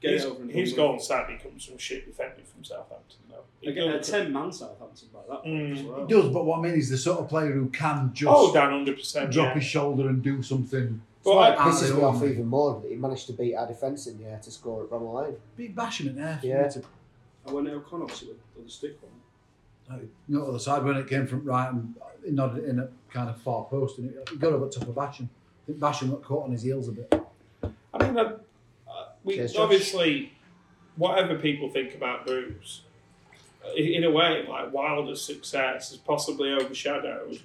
F: get
C: His,
F: it over and
C: his
F: done
C: goal
F: with.
C: on Saturday comes from shit defending from Southampton, though. He
F: Again, a
C: does-
F: ten man Southampton by that point
C: Mm.
F: as well.
D: it does. But what I mean is the sort of player who can just
C: oh, down 100%.
D: drop
C: yeah.
D: his shoulder and do something.
C: But
E: Well, it
C: I-
E: pisses me
D: Ah,
E: off
D: yeah.
E: even more that he managed to beat our defence in the air to score at Bramall Lane.
D: Be bashing it there.
E: Yeah.
F: And when O'Connor obviously with with the stick one.
D: You know, other side when it came from right and he nodded it in at kind of far post and it, he got over top of Basham. I think Basham got caught on his heels a bit.
C: I mean, uh, uh, we
E: Cheers, Josh.
C: obviously, whatever people think about Bruce, i- in a way, like Wilder's success is possibly overshadowed,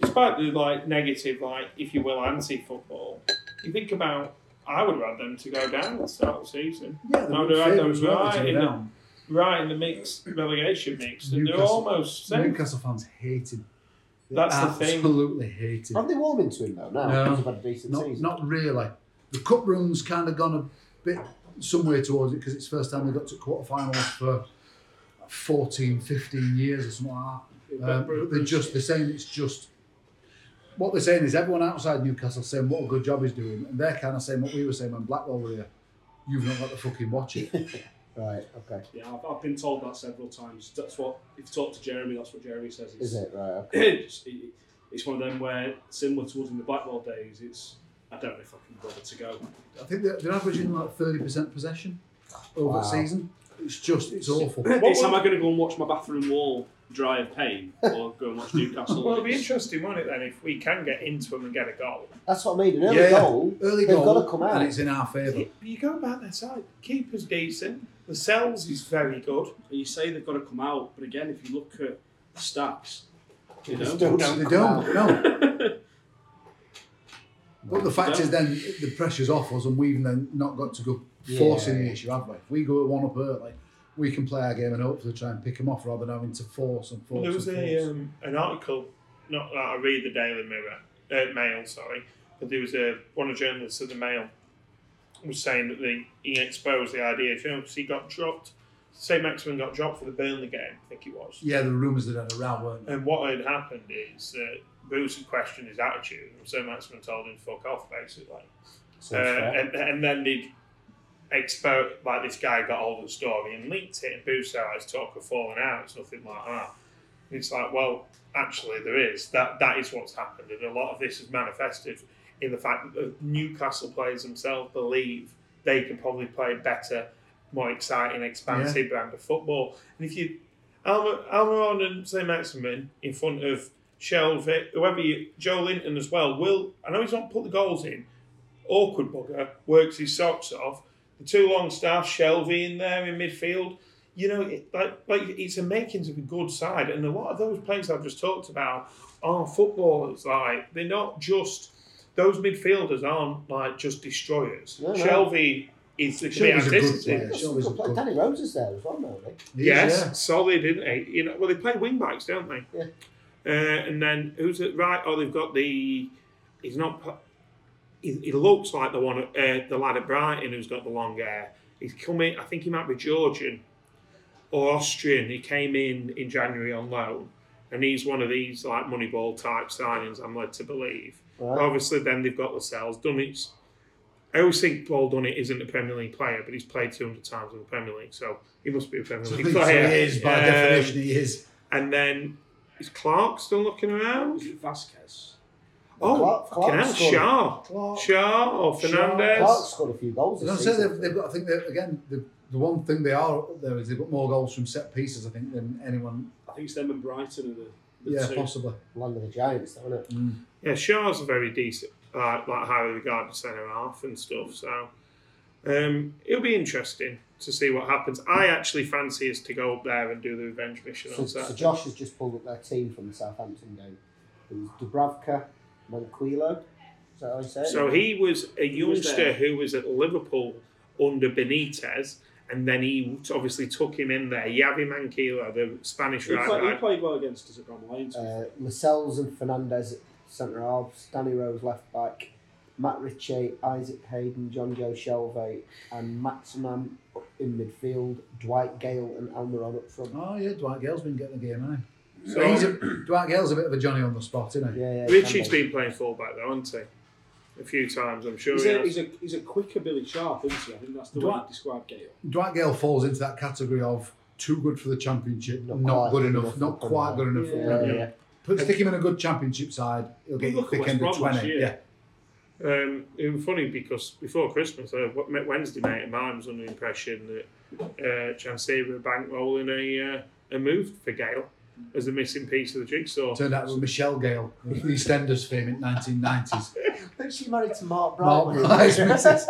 C: despite the like negative, like if you will, anti-football. You think about, I would rather them to go down at the start of the season,
D: Yeah,
C: No,
D: were
C: Oh, they're right,
D: favoured
C: they're
D: as well to
C: right,
D: go
C: isn't it?
D: down.
C: right in the mix, relegation mix, and they're
D: Newcastle-
C: almost safe.
D: Newcastle fans hate him. They
C: That's the thing.
D: absolutely hate him.
E: Have they warmed into him though now?
D: No.
E: Because they've had a decent
D: Not,
E: season.
D: not really. The cup run's kind of gone a bit somewhere towards it because it's the first time we got to quarterfinals for Um, 14, 15 years or something like that. Um, but they're just they're saying it's just what they're saying is everyone outside Newcastle saying what a good job he's doing, and they're kind of saying what we were saying when Blackwell were here. You've not got to fucking watch it.
E: Right. Okay.
F: Yeah, I've, I've been told that several times. That's what if you talk to Jeremy, that's what Jeremy says. It's,
E: Is it right? Okay.
F: it's, it- it's one of them where similar to us in the Blackwell days, it's I don't know if I can bother to go.
D: I think they're, they're averaging like thirty percent possession over
E: Wow.
D: the season. It's just it's awful.
F: It's am I going to go and watch my bathroom wall dry of pain, or go and watch Newcastle?
C: Well, it'll be interesting, won't it, then, if we can get into them and get a goal.
E: That's what I mean. An early
D: Yeah, yeah.
E: goal.
D: Early
E: they've
D: goal,
E: got to come out.
D: and it's in our favour.
C: But you go about their side. Keeper's decent. The cells is very good.
F: you say they've got to come out, but again, if you look at the stats, you
E: Just
F: know,
E: don't.
D: They
E: come
D: don't.
E: out.
D: No. But the fact is, then the pressure's off us, and we've then not got to go forcing the
E: Yeah.
D: issue, have we? If we go one up early, we can play our game and hopefully try and pick them off rather than having to force and force.
C: Well, there was
D: and
C: a,
D: force.
C: um, an article, not that I read the Daily Mirror, uh, Mail, sorry, but there was a one of the journalists of the Mail was saying that the, he exposed the idea, you know, 'cause he got dropped, say Maximum got dropped for the Burnley game, I think it was.
D: yeah, the rumours that had a row weren't there?
C: Um, And what had happened is that Bruce had questioned his attitude, and so Maximum told him, fuck off, basically. Uh,
E: Sounds fair.
C: and, and then they'd expo like this guy got hold of the story and leaked it, and Buso has talk of falling out, it's nothing like that. And it's like, well, actually, there is that. That is what's happened, and a lot of this is manifested in the fact that the Newcastle players themselves believe they can probably play better, more exciting, expansive brand of football. And if you Almer- Almiron and say Maximin in front of Shelvey, whoever you, Joe Linton as well, will, I know he's not put the goals in, awkward bugger, works his socks off. The two long staff, Shelvey in there in midfield. You know, it, like, like it's the makings of a good side. And a lot of those players I've just talked about are footballers. Like, they're not just, those midfielders aren't like just destroyers.
E: No, no.
C: Shelvey is the
D: Shelvey's a good
C: antithesis.
D: player.
E: That's a
D: Shelby's
E: good
D: a
E: play.
D: good-
E: Danny Rose is there as well, now, isn't
D: He
E: he?
D: is,
C: Yes,
D: yeah.
C: solid, didn't he? You know, well, they play wing backs, don't they?
E: Yeah.
C: Uh, and then who's it? Right? Oh, they've got the. He's not. pu- He, he looks like the one, at- uh, the lad at Brighton who's got the long hair. He's coming. I think he might be Georgian or Austrian. He came in in January on loan, and he's one of these like Moneyball type signings. I'm led to believe.
E: Right.
C: Obviously, then they've got Lascelles. Dunnett's. I always think Paul Dunnett isn't a Premier League player, but he's played 200 times in the Premier League, so he must be a Premier
D: So
C: League
D: he
C: player.
D: is, by
C: Um,
D: definition, he is.
C: And then is Clark still looking around?
F: Vasquez.
C: Oh,
E: Clark-
C: fucking
E: Clark's
C: hell, Shaw,
E: scored.
C: Shaw or Fernandez.
E: Clark scored a few goals.
D: No,
E: This
D: so
E: season.
D: they've, they've got, I think that again, the, the one thing they are up there is they've got more goals from set pieces, I think, than anyone.
F: I think it's them and Brighton are the, the
D: Yeah,
F: two.
D: possibly.
E: Land of the Giants, though, isn't it?
C: Yeah, Shaw's a very decent, like, like highly regarded centre half and stuff. So um, it'll be interesting to see what happens. I actually fancy us to go up there and do the revenge mission
E: So,
C: on
E: so
C: Saturday.
E: Josh has just pulled up their team from the Southampton game. It was Dubravka, Monquillo. Is that how he said?
C: So he was a
F: was
C: youngster
F: there?
C: who was at Liverpool under Benitez, and then he obviously took him in there. Yavi Manquillo, the Spanish
F: He,
C: right
F: played, he
C: back.
F: played well against us at Bramall Lane. to be
E: uh, Lascelles and Fernandez at centre halves, Danny Rose left back, Matt Ritchie, Isaac Hayden, John Joe Shelvey, and Maximum up in midfield, Dwight Gale and Almiron up front.
D: Oh, yeah, Dwight Gale's been getting the game, hasn't he?
C: So-
D: He's a, Dwight Gale's a bit of a Johnny on the spot, isn't he?
E: Yeah, yeah,
C: Richie's
E: Sanders.
C: been playing fullback though, hasn't he? A few times, I'm sure.
F: He's
C: he
F: a,
C: has.
F: he's, a, he's a quicker Billy Sharp, isn't he? I think that's the way
D: Dwight-
F: you describe Gale.
D: Dwight Gale falls into that category of too good for the championship,
E: Not
D: not,
E: quite
D: good
E: good
D: enough,
E: enough
D: not
E: for
D: quite
E: Premier
D: good enough.
E: Yeah,
D: for Premier
E: yeah,
D: League.
E: yeah.
D: Put, stick him in a good championship side, he'll get you
F: Look at
D: thick
F: West
D: end of
F: Brom last
D: 20.
F: year.
D: Yeah.
C: Um, it was funny because before Christmas, uh, what- Wednesday night, a man was under the impression that uh, Chancery were bankrolling a, uh, a move for Gale as the missing piece of the jigsaw.
D: Turned out it was Michelle Gale, the EastEnders fame in 1990s.
E: But she married to Mark
D: Mark
E: Brightman.
D: Brightman's missus.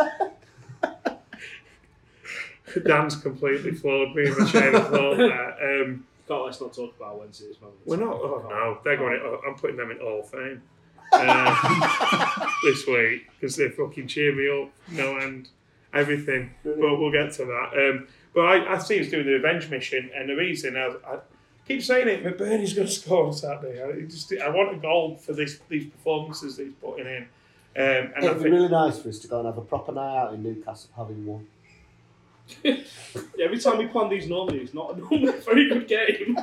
C: Dan's completely floored me and my chair of thought there. Um,
F: Can't let's not talk about Wednesday's moment.
C: we're not, oh no, they're going, oh, I'm putting them in Hall of Fame um, this week because they fucking cheer me up, no end, everything. But we'll get to that. Um, but I, I see us doing the revenge mission, and the reason I, I keep saying it, but Bernie's going to score on Saturday. I just I want a goal for this these performances that he's putting in. Um, and I
E: It'd be
C: think,
E: really nice for us to go and have a proper night out in Newcastle, having one.
F: Every time we plan these normally, it's not a normally very good game.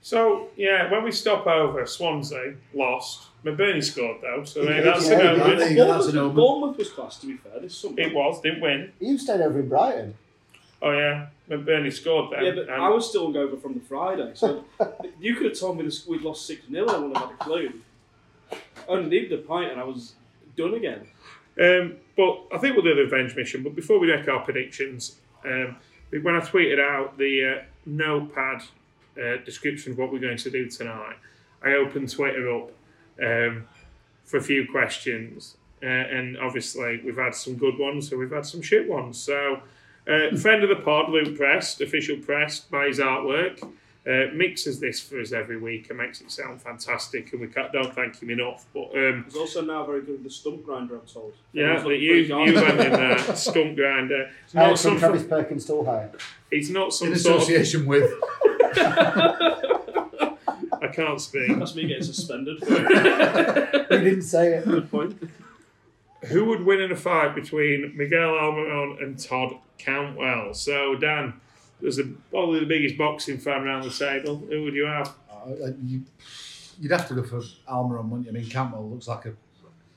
C: So yeah, when we stop over, Swansea lost. McBurney scored though, so
E: Yeah,
C: hey, that's
E: yeah,
C: an
D: yeah,
C: omen.
D: there you go, that's
F: Bournemouth,
D: an omen.
F: Bournemouth was class, to be fair. This summer.
C: It was didn't win.
E: You stayed over in Brighton.
C: Oh yeah, McBurney scored then.
F: Yeah, but
C: and-
F: I was still hungover from the Friday, so you could have told me this, we'd lost 6 0, I wouldn't have had a clue. I only needed a pint and I was done again.
C: Um, but I think we'll do the revenge mission. But before we make our predictions, um, when I tweeted out the uh, notepad uh, description of what we're going to do tonight, I opened Twitter up um, for a few questions. Uh, and obviously, we've had some good ones, so we've had some shit ones. So, uh, friend of the pod, Luke Prest, official Prest, buys artwork, uh, mixes this for us every week and makes it sound fantastic. And we can't, don't thank him enough. But um,
F: He's also now very good at the stump grinder, I'm told.
C: yeah,
F: Everyone's
C: but
F: looking
C: you,
F: for a
C: you
F: guy.
C: went in there, stump grinder. It's
E: Uh,
C: not,
E: from
C: some,
E: Travis Perkins to Ohio.
C: it's not
D: in
C: some sort of,
D: association with.
C: I can't speak.
F: That's me getting suspended.
E: He didn't say it.
F: Good point.
C: Who would win in a fight between Miguel Almiron and Todd Cantwell? So, Dan, there's a, probably the biggest boxing fan around the table. Who would you have?
D: Uh, you, you'd have to go for Almiron, wouldn't you? I mean, Campbell looks like a.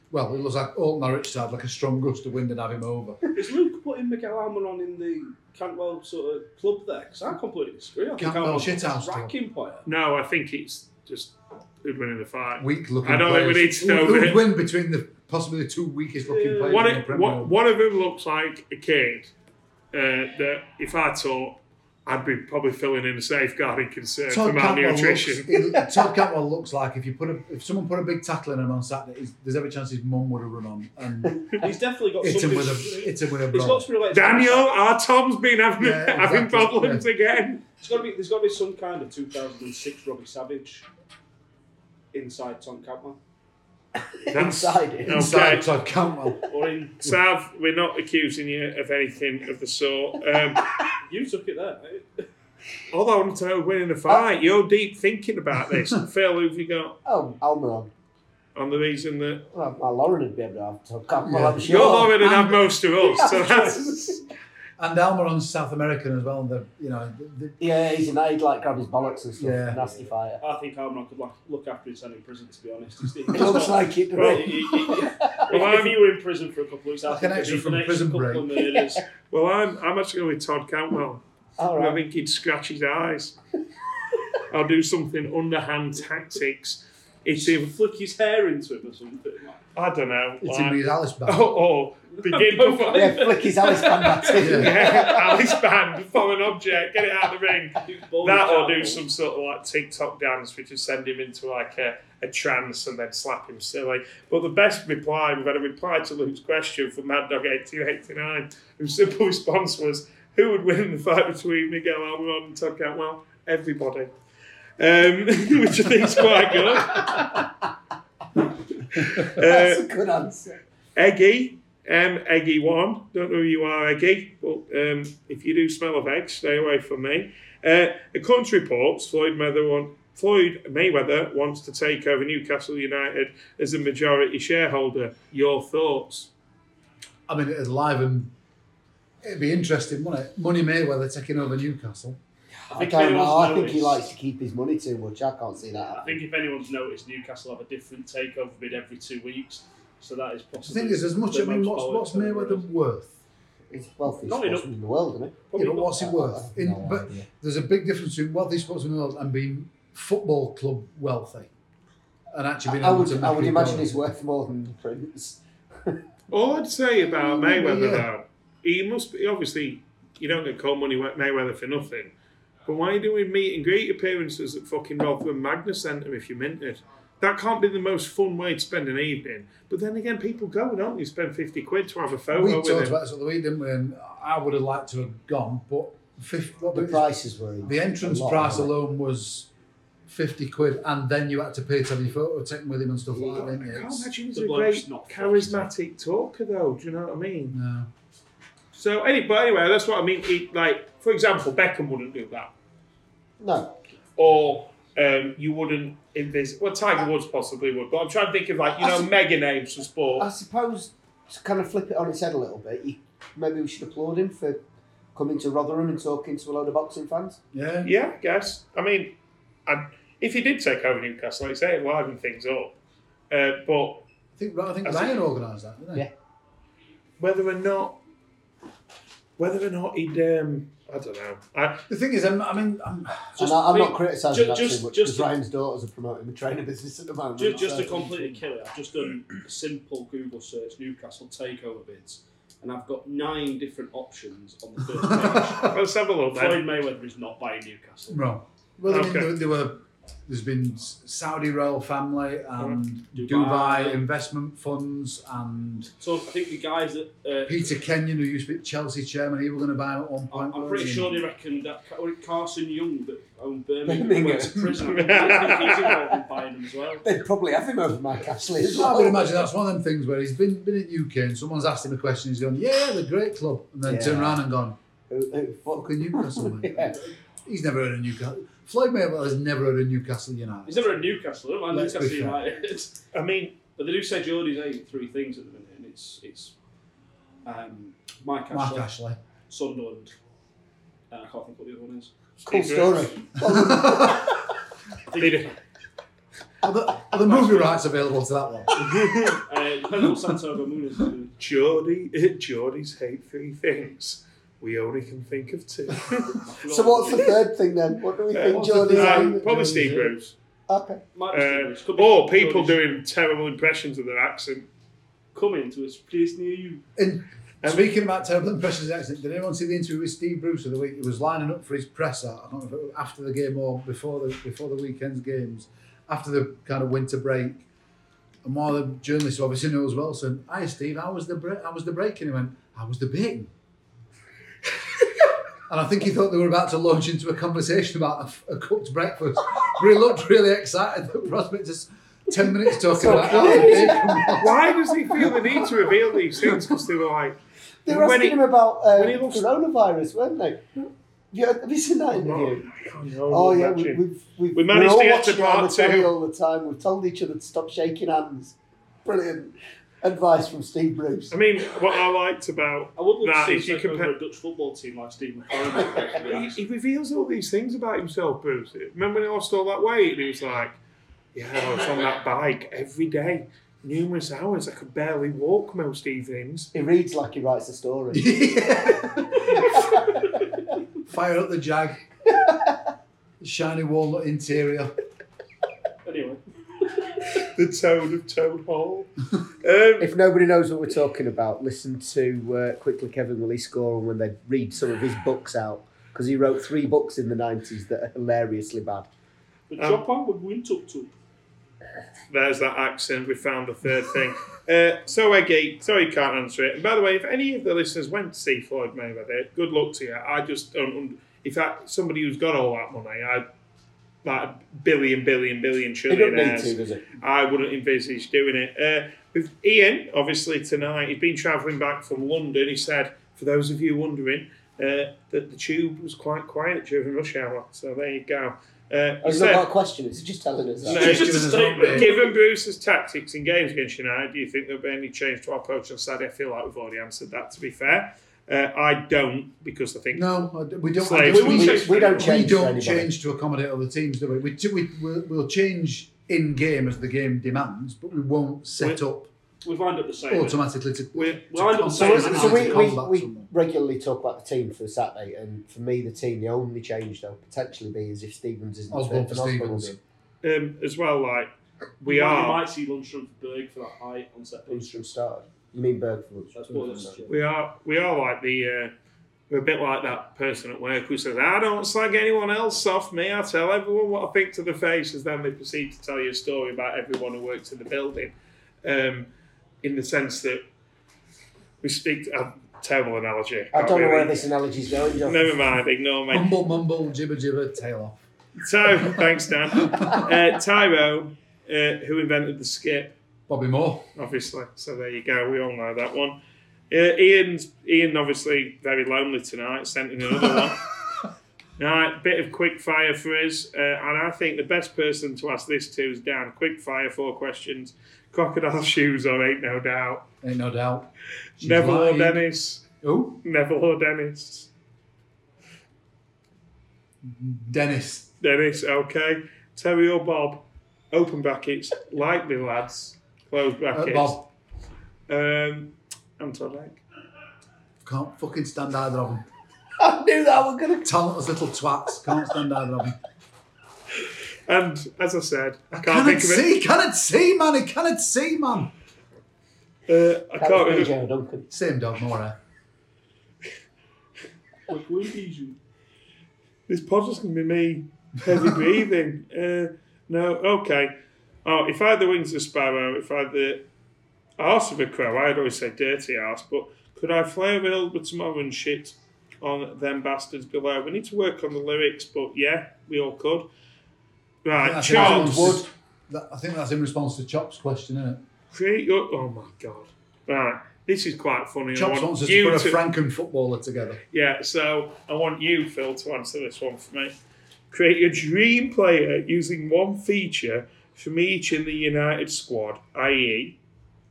D: Well, it looks like old Norwich side, like a strong gust of wind and have him over.
F: Is Luke putting Miguel Almiron in the Cantwell sort of club there? Because I completely disagree. I think
D: Cantwell
F: Cantwell's a
D: shithouse
F: Cracking player.
C: No, I think it's just who'd win in a fight.
D: Weak looking.
C: I don't think we
D: players.
C: need to know
D: Who- who'd
C: that.
D: win between the possibly two weakest looking
F: Yeah.
D: players
C: One,
D: in the
C: of-
D: Premier
C: one,
D: League?
C: one of them looks like a kid uh, that if I taught, I'd be probably filling in a safeguarding concern for
D: Todd Cantwell,
C: malnutrition.
D: looks, he- Todd Cantwell looks like if you put a, if someone put a big tackle in him on Saturday, he's- there's every chance his mum would have run on and
F: He's definitely got
D: hit him
F: something.
D: with a hit him with a
F: He's got
D: broad.
F: to be related. to
C: Daniel, our Tom's been having,
D: Yeah,
C: having
D: exactly,
C: problems again.
F: There's got to be there's got to be some kind of 2006 Robbie Savage inside Tom Cantwell
C: That's-
E: Inside it.
D: Inside
C: Okay.
D: Todd Cantwell.
F: or in
C: Sav, we're not accusing you of anything of the sort. Um,
F: you took it there. mate.
C: although I'm to winning a fight, you're deep thinking about this. Phil, who've you got
E: Oh, Almiron.
C: on the reason that
E: Well, my Lauren would be able to have Todd Campbell,
D: Yeah.
E: I'm
C: you're
E: sure.
C: already have most of us? So that's
D: And Almiron's South American as well. The you know the,
E: Yeah, he's an aid, like grab his bollocks and stuff.
D: Yeah.
E: Nasty fighter.
F: I think Almiron could like, look after his son in prison. To be honest, he's, he's
E: It looks
F: not-
E: like it.
F: Well,
E: doesn't it?
F: he- he- he-
C: Well,
F: if, if
C: I'm-
F: he were in prison for a couple of weeks, I
D: Like
F: think
D: an
F: it'd be
D: extra
F: for the
D: from Prison
F: couple of
D: Break.
F: murders.
C: well, I'm I'm actually going with Todd Cantwell.
E: All
C: I
E: right.
C: think he'd scratch his eyes. I'll do something underhand tactics. It's
F: He'd
C: in,
F: flick his hair into him or something.
C: I don't know.
D: it's
C: like-
D: in his Alice back.
C: oh, oh, begin before.
E: Yeah, flick his Alice band back to him.
D: Yeah.
C: Yeah, Alice band, foreign object, get it out of the ring.
F: Do bowling
C: That or do
F: tackles.
C: some sort of like TikTok dance, which would send him into like a, a trance and then slap him silly. But the best reply, we've had a reply to Luke's question from Mad Dog 1889, whose simple response was, Who would win the fight between Miguel Almiron and Todd Cantwell? Everybody. Um, which I think is quite good. Uh,
E: That's a good answer.
C: Eggy, um, Eggy One. Don't know who you are, Eggy, but um, if you do smell of eggs, stay away from me. Uh, according to reports, Floyd Mayweather, want, Floyd Mayweather wants to take over Newcastle United as a majority shareholder. Your thoughts?
D: I mean, it'd liven. It'd be interesting, wouldn't it? Money Mayweather taking over Newcastle.
E: I
F: if
E: don't
F: anyone's
E: know. I think he
F: noticed-
E: likes to keep his money too much. I can't see that.
F: I
E: happening.
F: think if anyone's noticed, Newcastle have a different takeover bid every two weeks, so that is
D: The
F: possible.
D: thing is, as much I mean, what's what's Mayweather worth?
E: He's wealthy
F: Not enough.
E: sportsman in the world, isn't
D: Yeah, but what's
E: he?
D: it worth? In, but there's a big difference between wealthy sportsman in the world and being football club wealthy, and actually being
E: I
D: able
E: would,
D: to make
E: I would
D: it
E: imagine
D: go.
E: he's worth more than the prince.
C: All I'd say about
D: Mm,
C: Mayweather,
D: yeah.
C: though, he must be obviously you don't get cold money Mayweather for nothing. But why are you doing meet and greet appearances at fucking Rotherham Magnus Centre if you're minted? That can't be the most fun way to spend an evening. But then again, people go, don't they? Spend 50 quid to have a photo
D: We
C: Oh, with
D: talked
C: him.
D: about this the other week, didn't we? And I would have liked to have gone, but fifth, what
E: The
D: was it?
E: prices were.
D: the entrance
E: a lot,
D: price
E: weren't
D: alone was fifty quid, and then you had to pay to have your photo taken with him and stuff like
C: I
D: that.
C: can't
D: Didn't you? It's-
C: imagine he's
F: the
C: a
F: bloke's
C: great,
F: not fucking
C: charismatic talker, though. Do you know what I mean?
D: No.
C: So, any, but anyway, that's what I mean. He, like, for example, Beckham wouldn't do that.
E: they? No.
C: or um, you wouldn't envis Well, Tiger Woods possibly would, but I'm trying to think of like you
E: I
C: know
E: sup-
C: mega names for
E: I
C: sport.
E: suppose to kind of flip it on its head a little bit, you, maybe we should applaud him for coming to Rotherham and talking to a load of boxing fans.
D: Yeah.
C: Yeah, I guess. I mean, And if he did take over Newcastle, like you say, it'd liven things up. Uh, but
D: I think I think
C: I
D: Ryan
C: see.
D: organised that, didn't he?
E: Yeah.
C: whether or not, whether or not he'd, um, I don't know. I,
D: The thing is, I'm, I mean, I'm,
E: And
F: Just
E: I, I'm
F: think-
E: not criticising
F: ju-
E: that too
F: just-
E: much
F: just
E: because
F: to-
E: Ryan's daughters are promoting the trainer business at the moment.
F: Just, just
E: so-
F: to completely kill it, I've just done a simple Google search Newcastle takeover bids, and I've got nine different options on the first page.
C: let's have a look
F: Floyd
C: then.
F: Mayweather is not buying Newcastle.
D: no. Well, I mean,
C: Okay.
D: there, there were. There's been S- Saudi royal family and
F: Dubai.
D: Dubai. investment funds and
F: So I think the guys that uh,
D: Peter Kenyon, who used to be Chelsea chairman, he was going to buy him at one point.
F: I'm, I'm pretty
D: weren't he?
F: sure they reckon that Ca- was it Carson Young that owned Birmingham
E: Birmingham.
F: went to prison. I think he's involved in buying them as well.
E: They'd probably have him over Mike Ashley as well.
D: I would imagine that's one of them things where he's been been at UK and someone's asked him a question. He's gone, "Yeah, they're a great club," and then
E: Yeah.
D: turned around and gone,
E: Who- who- Uh, what-
D: "Fucking Newcastle." mate."
E: Yeah.
D: He's never heard of Newcastle. Floyd Mayweather has never heard of Newcastle United.
F: He's never at Newcastle, I'm
D: Let's be
F: Newcastle
D: fair.
F: United.
C: I mean,
F: but they do say Geordie's aiming at three things at the minute, and it's it's um, Mike
D: Mark
F: Ashley,
D: Ashley.
F: Sunderland, and I can't think what the other one is.
E: Cool story.
F: I think,
D: Are the, are the movie rights available to that one?
F: uh, depends on Santiago Munoz is doing.
C: Geordie, Geordies hate three things. We only can think of two.
E: So what's the third thing then? What do we think
D: what's the
E: Jordan's
D: third
E: doing?
C: um,
D: that
C: probably
D: Geordies
C: Steve
D: hate?
C: Bruce.
E: Okay.
F: Might be
C: Uh,
F: Stevenage, could be
C: or people
F: Geordie's
C: doing terrible impressions of their accent.
F: coming to a place near you.
D: And speaking about terrible impressions of accident, did anyone see the interview with Steve Bruce of the week? He was lining up for his presser. I can't remember if it was after the game or before the before the weekend's games, after the kind of winter break. And one of the journalists who obviously knows Wilson, hi Steve, how was the break? How was the break? And he went, how was the baiting? and I think he thought they were about to launch into a conversation about a f- a, cooked breakfast. but he looked really excited. The prospect just ten minutes talking about how the bacon was.
C: Why does he feel the need to reveal these things? Because they were like,
E: They were
C: when
E: asking
C: he,
E: him about uh,
C: when he lost-
E: coronavirus, weren't they? Have you, have you seen that interview? Oh, yeah, we, we've, we've,
C: We managed
E: we're all
C: to get to
E: watching it on
C: part
E: the telly
C: two.
E: all the time. We've told each other to stop shaking hands. Brilliant advice from Steve Bruce.
C: I mean, what I liked about
F: I would love
C: that
F: to
C: is
F: see
C: you
F: him compare...
C: compare.
F: a Dutch football team like Steve McCormick.
C: He, he reveals all these things about himself, Bruce. Remember when he lost all that weight? And he was like, "Yeah, I was on that bike every day, numerous hours. I could barely walk most evenings."
E: He reads like he writes a story.
D: Fire up the jag. Shiny walnut interior.
F: anyway,
C: The toad of Toad Hall. Um,
E: If nobody knows what we're talking about, listen to uh, Quickly Kevin Will He Score and when they read some of his books out. Because he wrote three books in the 90s that are hilariously bad.
F: but
C: Um,
F: Japan would win up to.
C: there's that accent. We found the third thing. Uh, so Eggy, sorry you can't answer it. And by the way, if any of the listeners went to see Floyd Mayweather, good luck to you. I just don't. und- If that somebody who's got all that money, I like billion, billion, billion trillionaires,
E: does it?
C: I wouldn't envisage doing it. Uh, with Ian, obviously tonight, he'd been travelling back from London. He said, for those of you wondering, uh, that the tube was quite quiet during rush hour. So there you go. Uh, he
E: Oh, he's
C: said-
E: not got a question, it's just telling us that.
C: No, it's
F: Just a
D: given us
F: statement.
D: an update.
C: Given Bruce's tactics in games against United, do you think there'll be any change to our approach on Saturday? I feel like we've already answered that, to be fair. Uh, I don't, because I think.
D: No, I d- we don't.
C: Slaves.
D: we, we,
E: We,
D: we,
C: change-
E: we don't
C: we
E: change. for
D: don't
E: anybody.
D: change to accommodate other teams, do we? we, do, we we'll, we'll change in game as the game demands, but we won't set up
F: We've lined up the same.
D: automatically to.
C: We're-
D: to
F: we're either-
D: combat
F: so
E: So,
F: we-
D: someone,
E: so we,
D: to
E: we,
D: combat
E: we
D: someone.
E: regularly talk about the team for Saturday, and for me, the team, the only change they'll potentially be is if Stevens isn't
D: Osborne
E: fit
D: for
E: and Osborne will
D: Stevens.
C: Um, as well, like, we
F: You might- You
C: are.
F: might see Lundstrom for Berg for that high on set
E: be.
F: piece.
E: Lundstrom started. You mean Berg for
F: That's what that's
E: Lundstrom?
C: We are we are like the uh, we're a bit like that person at work who says, I don't slag anyone else off me, I tell everyone what I think to the face, as then they proceed to tell you a story about everyone who works in the building. Um, in the sense that we speak a terrible analogy.
E: I
C: can't
E: don't know
C: really-
E: where this analogy's going, John.
C: Never mind, ignore me.
D: Mumble, mumble, jibber, jibber, tail off.
C: So thanks, Dan. Uh, Tyro, uh, who invented the skip,
D: Bobby Moore.
C: obviously. So there you go. We all know that one. Uh, Ian's Ian obviously very lonely tonight. Sent in another one. Right, bit of quick fire for us, uh, and I think the best person to ask this to is Dan. Quick fire, four questions. Crocodile shoes or ain't no doubt.
D: Ain't no doubt. She's
C: Neville or
D: lying.
C: Dennis.
D: Oh,
C: Neville or Dennis.
D: Dennis.
C: Dennis, okay. Terry or Bob, open brackets, likely lads, close brackets.
D: Uh, Bob.
C: Um, I'm Todd Lake.
D: Can't fucking stand either of them.
E: I knew that was going to.
D: Talentless little twats. Can't stand either of them.
C: And as I said, I can't
D: Can it
C: think of
D: see? Can it see, man? It can it see, man?
C: it. Uh, I
E: That was
C: can't
E: me,
C: remember.
E: Joe Duncan.
D: Same dog, more hair.
F: Look, Luigi's
C: This pod doesn't be me heavy breathing. Uh, no, okay. Oh, if I had the wings of a sparrow, if I had the arse of a crow, I'd always say dirty arse, but could I fly over hill with some orange shit on them bastards below? We need to work on the lyrics, but yeah, we all could. Right,
D: That's in
C: Charles,
D: response to- that- I think that's in response to Chop's question, isn't it?
C: create your. Oh my god. Right, this is quite funny. I
D: Chops
C: want
D: wants us
C: you
D: to put a Franken footballer together.
C: Yeah, so I want you, Phil, to answer this one for me. Create your dream player using one feature from each in the United squad, i.e.,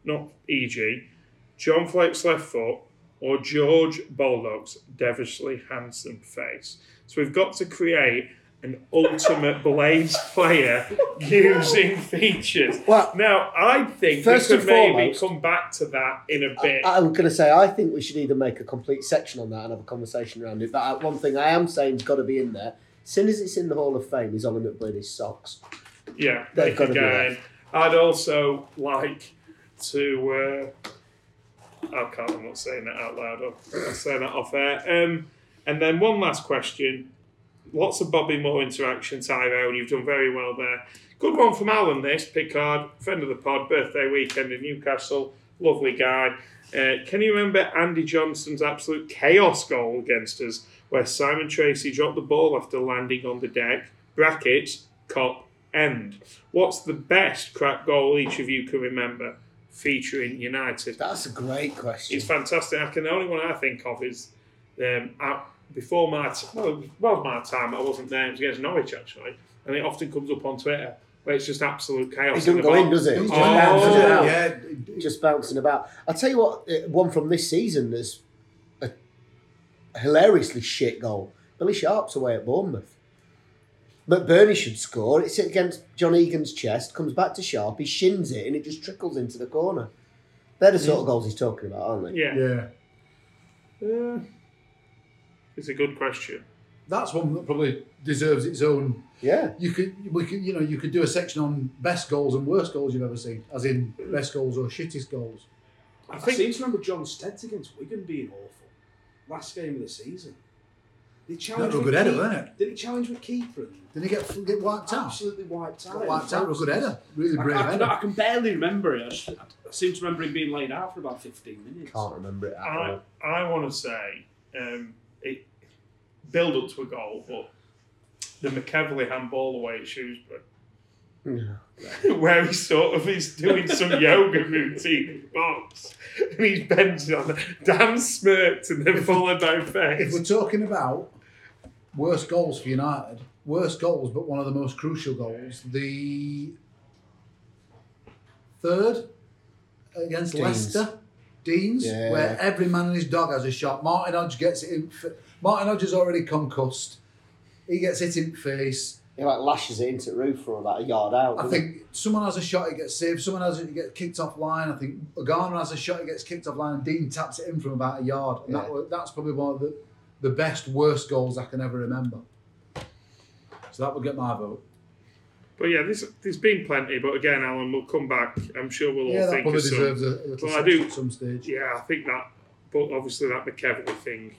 C: not e.g., John Flake's left foot or George Baldock's devilishly handsome face. So we've got to create an ultimate Blades player using features.
E: Well,
C: now, I think
E: first
C: we
E: and
C: could maybe
E: foremost-
C: come back to that in a bit.
E: I, I'm going to say, I think we should either make a complete section on that and have a conversation around it. But I, one thing I am saying has got to be in there. As soon as it's in the Hall of Fame, is Ollie McBurney's socks.
C: Yeah,
E: They've
C: make a
E: gotta be
C: guide. I'd also like to. Uh, I can't. I'm not saying that out loud. I'm saying that off air. Um, and then one last question. Lots of Bobby Moore interaction, Tyrone. You've done very well there. Good one from Alan. This Picard, friend of the pod, birthday weekend in Newcastle. Lovely guy. Uh, can you remember Andy Johnson's absolute chaos goal against us, where Simon Tracy dropped the ball after landing on the deck? Brackets, cop, end. What's the best crap goal each of you can remember featuring United?
E: That's a great question.
C: It's fantastic. I can, the only one I think of is um, I, before my t- well, well, my time. I wasn't there. It was against Norwich actually, and it often comes up on Twitter where it's just absolute chaos.
E: It doesn't
C: the
E: go in,
C: box.
E: does it? It's
D: He's
E: just
D: just
C: Oh.
D: down,
E: bouncing
D: doesn't he?
E: about.
D: Yeah,
E: Just bouncing about. I'll tell you what, uh, one from this season there's a hilariously shit goal. Billy Sharp's away at Bournemouth. McBurney should score. It's against John Egan's chest, comes back to Sharp, he shins it, and it just trickles into the corner. They're the sort of goals he's talking about, aren't they?
C: Mm. Yeah,
D: yeah.
C: Uh, it's a good question.
D: That's one that probably deserves its own.
E: Yeah.
D: You could, we could, you know, you could do a section on best goals and worst goals you've ever seen, as in best goals or shittest goals.
C: I
F: I,
C: think-
F: seem to remember John Stent against Wigan being awful. Last game of the season. They challenged
D: a
F: with
D: good header,
F: keep-
D: wasn't it?
F: Did he challenge with keeper? and
D: Did he get get wiped out?
F: Absolutely wiped out.
D: Got wiped out with a good header, really
F: I,
D: brave
F: I, can, I
D: header.
F: can barely remember it. I, just, I seem to remember him being laid out for about 15 minutes.
E: Can't remember it at
C: I
E: all.
C: I want to say um, it build up to a goal, but the McEvely handball away at Shrewsbury. where he sort of is doing some yoga routine in the box. And he's bending on the damn smirked and then followed by
D: If
C: face.
D: we're talking about worst goals for United, worst goals, but one of the most crucial goals, the third against
E: Deans.
D: Leicester, Deans,
E: Yeah.
D: where every man and his dog has a shot. Martin Hodge gets it in. F- Martin Hodge is already concussed. He gets hit in face.
E: He like lashes it into the roof for all that, a yard out.
D: I
E: doesn't
D: think someone has a shot, it gets saved. Someone has it, it gets kicked off line. I think Garner has a shot, it gets kicked off line, and Dean taps it in from about a yard. And that
E: Yeah.
D: was, that's probably one of the, the best, worst goals I can ever remember. So that would get my vote.
C: But yeah, there's, there's been plenty. But again, Alan, we'll come back. I'm sure we'll
D: yeah,
C: all
D: that
C: think of
D: probably
C: some.
D: deserves a, a little
C: Well, I
D: section
C: do-
D: at some stage.
C: Yeah, I think that. But obviously, that McEvely thing,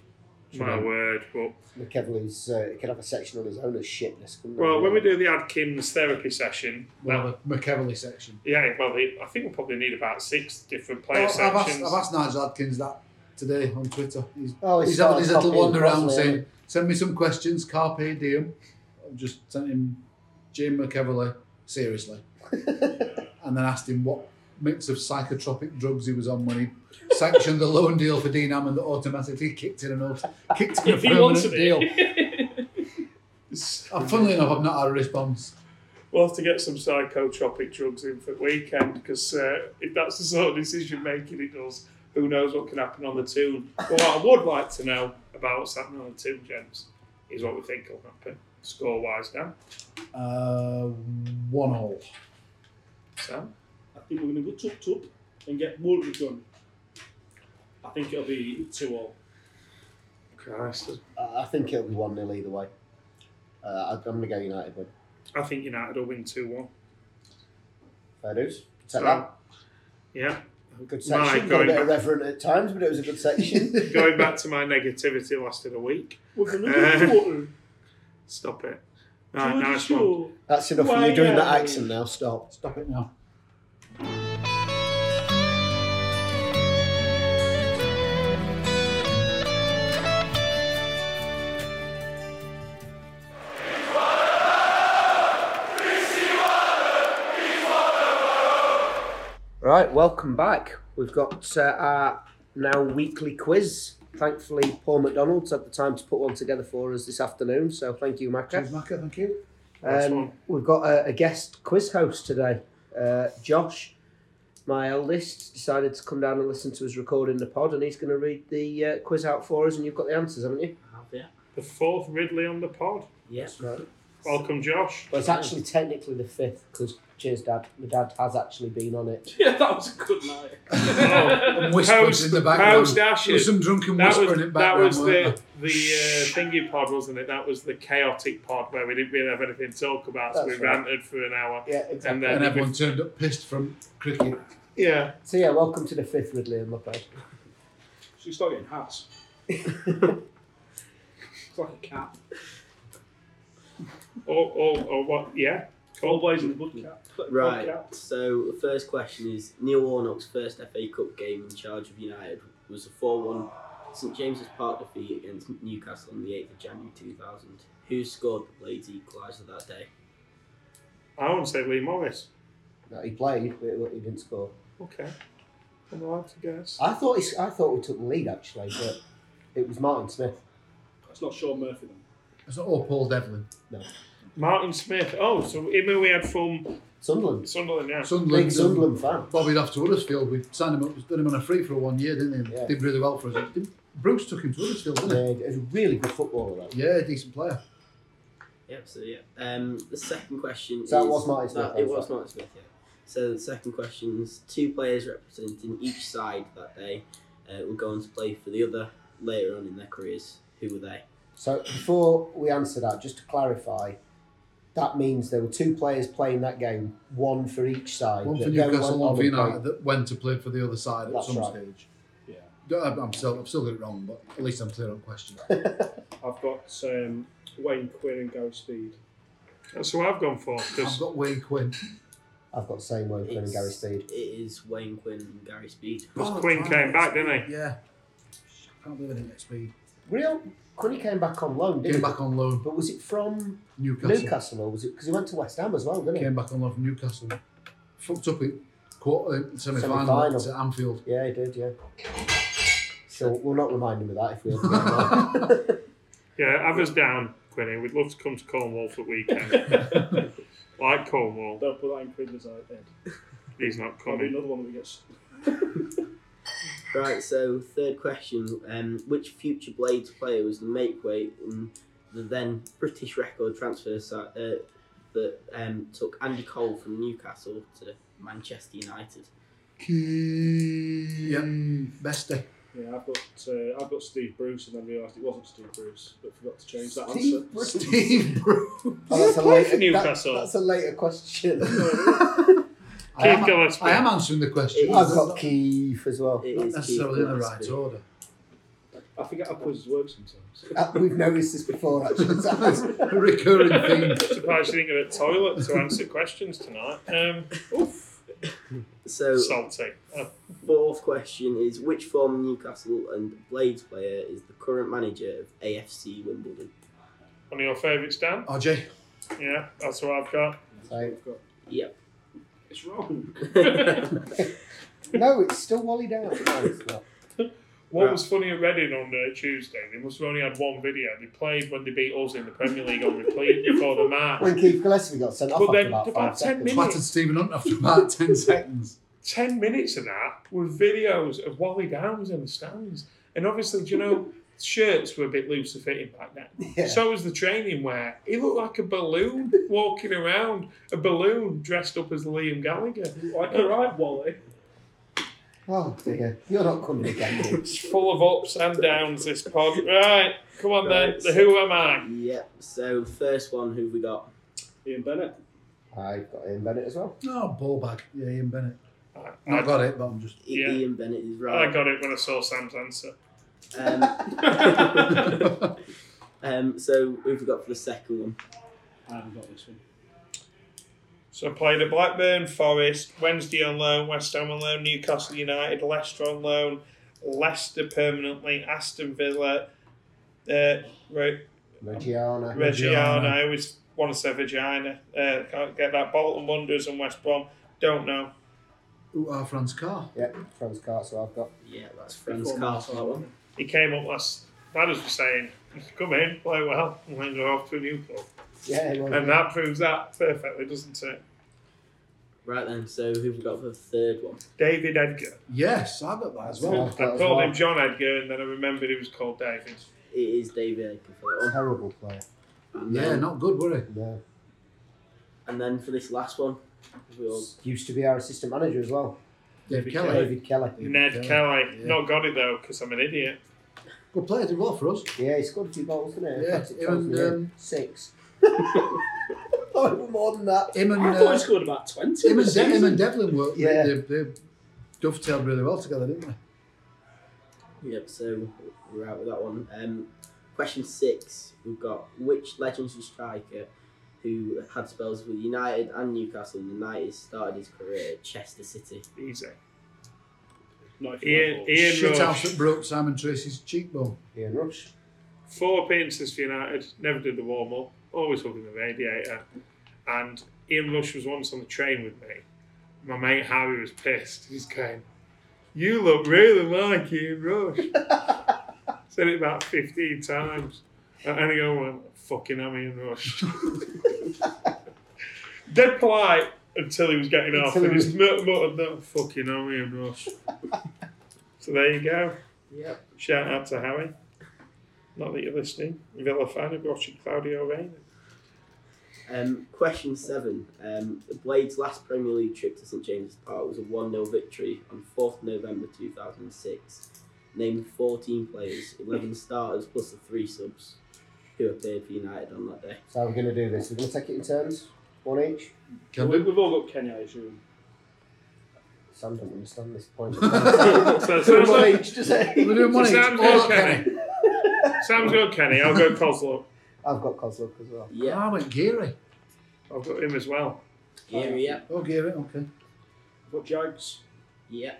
C: my
E: Sure.
C: word. But
E: McEvely's uh, he could have a section on his own of shitness. couldn't he?
C: Well, when we do the Adkins therapy session,
D: We'll
C: that-
D: have a McEverly section.
C: yeah, well, I think we'll probably need about six different
D: Oh,
C: player
D: I've, asked,
C: sections.
D: I've asked Nigel Adkins that today on Twitter. He's,
E: Oh, he's
D: he's having his
E: started
D: little wander
E: copying
D: around
E: Crossley,
D: saying, send me some questions, carpe diem. I've just sent him Jim McEverly, seriously. and then asked him what mix of psychotropic drugs he was on when he sanctioned the loan deal for Dean Hammond that automatically kicked in an old, kicked in a
C: If he wants
D: permanent
C: it.
D: deal. Uh, funnily enough, I've not had a response.
C: We'll have to get some psychotropic drugs in for the weekend because uh, if that's the sort of decision making it does, who knows what can happen on the tune. But what I would like to know about what's happening on the tune, gents, is what we think will happen. score wise, Dan?
D: Uh, one all.
C: Sam?
F: I think we're going to go tup tup and get Murray done. I think it'll be 2 all.
C: Christ.
E: I I think it'll be 1 0 either way. Uh, I- I'm going to go United win.
C: I think United will win 2 1.
E: Fair dues. Take
C: Right.
E: that.
C: Yeah.
E: Good
C: Mike,
E: section. Got a
C: going
E: bit
C: back-
E: irreverent at times, but it was a good section.
C: Going back to my negativity lasted a week.
F: With another quarter.
C: Stop it. Right,
F: Geordie
C: nice one.
F: Shore.
E: That's enough of
F: Why,
E: you doing
F: uh,
E: that accent now. Stop.
D: Stop it now.
E: Right, welcome back. We've got uh, our now weekly quiz. Thankfully, Paul McDonald's had the time to put one together for us this afternoon. So thank you,
D: Cheers,
E: Macca.
D: Macca, thank you.
C: Nice
E: Um,
C: one.
E: we've got a, a guest quiz host today. Uh, Josh, my eldest, decided to come down and listen to us recording the pod, and he's going to read the uh, quiz out for us. And you've got the answers, haven't you?
C: The fourth Ridley on the pod.
G: Yes.
C: Welcome, Josh.
E: Well, it's actually technically the fifth because cheers, Dad. My dad has actually been on it.
F: Yeah, that was a good night.
D: And
C: Post-
D: whispers in the background.
C: post ashes.
D: There was some drunken
C: That
D: whispering
C: was,
D: in the
C: that
D: background.
C: was the,
D: weren't
C: the uh, thingy pod, wasn't it? That was the chaotic pod where we didn't really have anything to talk about, so
E: That's
C: we
E: right.
C: ranted for an hour.
E: Yeah,
C: And
D: there?
C: then
D: and uh,
C: we-
D: everyone turned up pissed from cricket.
C: yeah,
E: So yeah, welcome to the fifth Ridley and Muppet.
F: So you start getting hats. It's like a cap.
C: or, or, or what? Yeah,
F: All
C: cool.
F: blazing the blood cap. Blood
G: Right.
F: cap.
G: So the first question is Neil Warnock's first FA Cup game in charge of United was a 4-1 St James's Park defeat against Newcastle on the 8th of January 2000. Who scored the Blades equaliser that day?
C: I want to say Lee Morris.
E: No, he played, but he didn't score.
C: Okay, I'm allowed to guess.
E: I thought he, I thought we took the lead actually, but it was Martin Smith.
F: It's not Sean Murphy then.
D: It's not all Paul Devlin.
C: Martin Smith. Oh, so him who we had from
E: Sunderland,
C: Sunderland. Yeah.
D: Sunderland.
E: big Sunderland fan.
D: Bobby off to Huddersfield. We signed him up, done him on a free for one year, didn't he?
E: Yeah.
D: Did really well for us. Didn't- Bruce took him to Huddersfield, didn't
E: Yeah, he was a really good footballer though.
D: he? Yeah, decent player.
G: Yeah, so yeah. Um, the second question
E: So that
G: is-
E: was Martin Smith,
G: that- it
E: that was
G: was Martin Smith, yeah. So the second question is two players representing each side that day uh, will go on to play for the other later on in their careers. Who were they?
E: So before we answer that, just to clarify, that means there were two players playing that game, one for each side.
D: One for
E: that then
D: Newcastle,
E: went
D: one
E: on
D: for
E: and
D: United that went to play for the other side at
E: That's
D: some
E: right.
D: stage.
F: Yeah.
D: No, I'm I'm still, I've still got it wrong, but at least I'm clear on question.
F: I've got um, Wayne Quinn and Gary Speed.
C: That's who I've gone for. 'cause
D: I've got Wayne Quinn.
E: played. I've got the same one Quinn and
G: It's-
E: Gary Speed.
G: It is Wayne Quinn and Gary Speed.
D: Oh,
C: Quinn
D: that's
C: came
D: right.
C: back, didn't
D: Yeah. Can't believe I didn't get speed.
E: Real Quinn came back on loan, didn't
D: Came
E: he?
D: back on loan.
E: But was it from
D: Newcastle.
E: Newcastle or was it because he went to West Ham as well, didn't he?
D: Came back on loan from Newcastle. Fucked up in quarter semi final
E: Semi-final.
D: to Anfield.
E: Yeah, he did. Yeah. So we'll not remind him of that if we ever get him on.
C: he? Yeah, have us down, Quinny. We'd love to come to Cornwall for the weekend. like Cornwall,
F: Don't put that in Quinner's eye, Ed.
C: he's not
F: That'll be
C: coming.
F: another one that gets.
G: Right, so third question. Um, which future Blades player was the make weight in the then British record transfer si- uh, that um, took Andy Cole from Newcastle to Manchester United?
D: Key. Yeah. Bestie.
F: Yeah, I've got uh, I've got Steve Bruce, and then realised it wasn't Steve Bruce, but forgot to change that
E: Steve
F: answer.
E: Bruce.
D: Steve Bruce.
E: Oh, that's a later, that-
C: Newcastle?
E: that's a later question.
D: I am,
C: Gillespie.
D: I am answering the question.
E: I've got Keith as well.
G: It
D: Not
G: is
D: necessarily in
G: Keith
D: the right
G: Gillespie.
D: order.
F: I forget how quizzes work sometimes.
E: Uh, We've noticed this before, actually.
D: It's a recurring theme.
C: Surprised you didn't get a toilet to answer questions tonight. Um, oof,
G: So
C: salty. Oh,
G: fourth question is which former Newcastle and Blades player is the current manager of AFC Wimbledon?
C: one of your favourites, Dan?
D: RJ.
C: Yeah, that's what I've got.
E: So,
G: Yep.
F: It's wrong.
E: no, it's still Wally Down. No, it's not.
C: What
G: Right.
C: was funny at Reading on uh, Tuesday, they must have only had one video. They played when they beat us in the Premier League on repeat before the match.
E: When Keith Gillespie got sent off
C: But
E: after
C: then
E: about
C: about
E: five
C: 10
E: seconds.
C: minutes-
D: Twatted Stephen Hunt after about 10 seconds.
C: Ten minutes of that were videos of Wally Downs in the stands. And obviously, do you know, shirts were a bit looser fitting back then.
E: Yeah.
C: So was the training wear. He looked like a balloon walking around, a balloon dressed up as Liam Gallagher.
F: Like, all right, Wally.
E: Oh dear, you're not coming again. Nick.
C: It's full of ups and downs, this pod. Right, come on then. The who am I?
G: Yep. So first one, who've we got?
F: Ian Bennett.
E: I've got Ian Bennett as well.
D: Oh, ball bag. Yeah, Ian Bennett.
C: I,
D: I got it, but I'm just.
G: I-
C: Yeah.
G: Ian Bennett is
C: I
G: right.
C: got it when I saw Sam's answer.
G: Um, um, so who've we got for the second one?
F: I haven't got this one.
C: So I played at Blackburn, Forest, Wednesday on loan, West Ham on loan, Newcastle United, Leicester on loan, Leicester permanently, Aston Villa, uh, Re-
E: Regiana.
C: Reggiana. I always want to say Vagina. Uh, can't get that. Bolton Wanderers and West Brom. Don't know.
D: Ooh, our Franz Carr.
E: yeah, Franz Carter. I've got.
G: Yeah, that's Franz
F: Before
G: Carter. That one.
C: He came up last. That was saying, come in, play well, and then go off to a new club.
E: Yeah, he
C: And that proves that perfectly, doesn't it?
G: Right then. So who've we got for the third one?
C: David Edgar.
D: Yes, I got that as well.
E: Well,
C: I
E: that was
C: called him
E: right.
C: John Edgar, and then I remembered he was called David.
G: It is David Edgar for that one.
E: terrible player.
G: And
D: Yeah,
G: then,
D: not good, were
E: No.
G: and then for this last one, we all
E: uh, Used to be our assistant manager as well.
D: he? Dave
C: David
D: Kelly.
C: Kelly.
E: David Kelly.
C: Ned
D: Yeah.
C: Kelly.
D: Yeah.
C: Not got it though, because I'm an idiot.
D: Good player, did well for us.
E: Yeah, he scored two goals, didn't he?
D: Yeah,
E: Fantastic
D: and,
E: goals in the
D: um,
E: year. six. oh, it was more than that.
D: Him and,
F: I thought he
D: uh,
F: scored about 20.
D: him, and
F: this
D: De- him
F: season.
D: and Devlin were.
E: Yeah.
D: They, they, they dovetailed really well together, didn't they?
G: Yep, so we're out with that one. Um, question six, we've got which legendary striker who had spells with United and Newcastle and United started his career at Chester City?
C: Easy.
F: Not if you
C: Ian,
F: like
C: Ian
D: Shit
C: Rush.
D: house that broke Simon Tracy's cheekbone.
E: Ian Rush.
C: Four appearances for United. Never did the warm up. Always hugging the radiator. And Ian Rush was once on the train with me. My mate Harry was pissed. He's going, "You look really like Ian Rush." Said it about fifteen times. And anyone went, "Fucking am Ian Rush." Dead polite until he was getting off,
E: Until
C: and
E: he
C: he's mut- muttered that fucking am Ian Rush. so there you go.
G: Yep.
C: Shout out to Harry. Not that you're listening. Villa fan, if you're watching Claudio Reyna.
G: Um, question seven, um, Blade's last Premier League trip to St James's Park was a 1 0 victory on 4th November 2006. Named 14 players, 11 starters plus the three subs who appeared for United on that day.
E: So how are we going to do this? We're going to take it in turns. One each.
D: Can
F: we,
D: we?
F: we've all got Kenny, I assume.
E: Sam don't understand this point.
C: So,
E: Two
C: so,
E: one
C: so,
E: each, does he?
D: We're doing one each.
C: Sam's
D: All
C: got
D: up Kenny.
C: Kenny. Sam's got Kenny. I'll go Coslow.
E: I've got Kozlov as well.
G: Yeah,
D: I went Geary.
C: I've got him as well.
G: yeah, yeah,
D: Oh, Geary, okay.
F: I've got Jags.
G: yeah.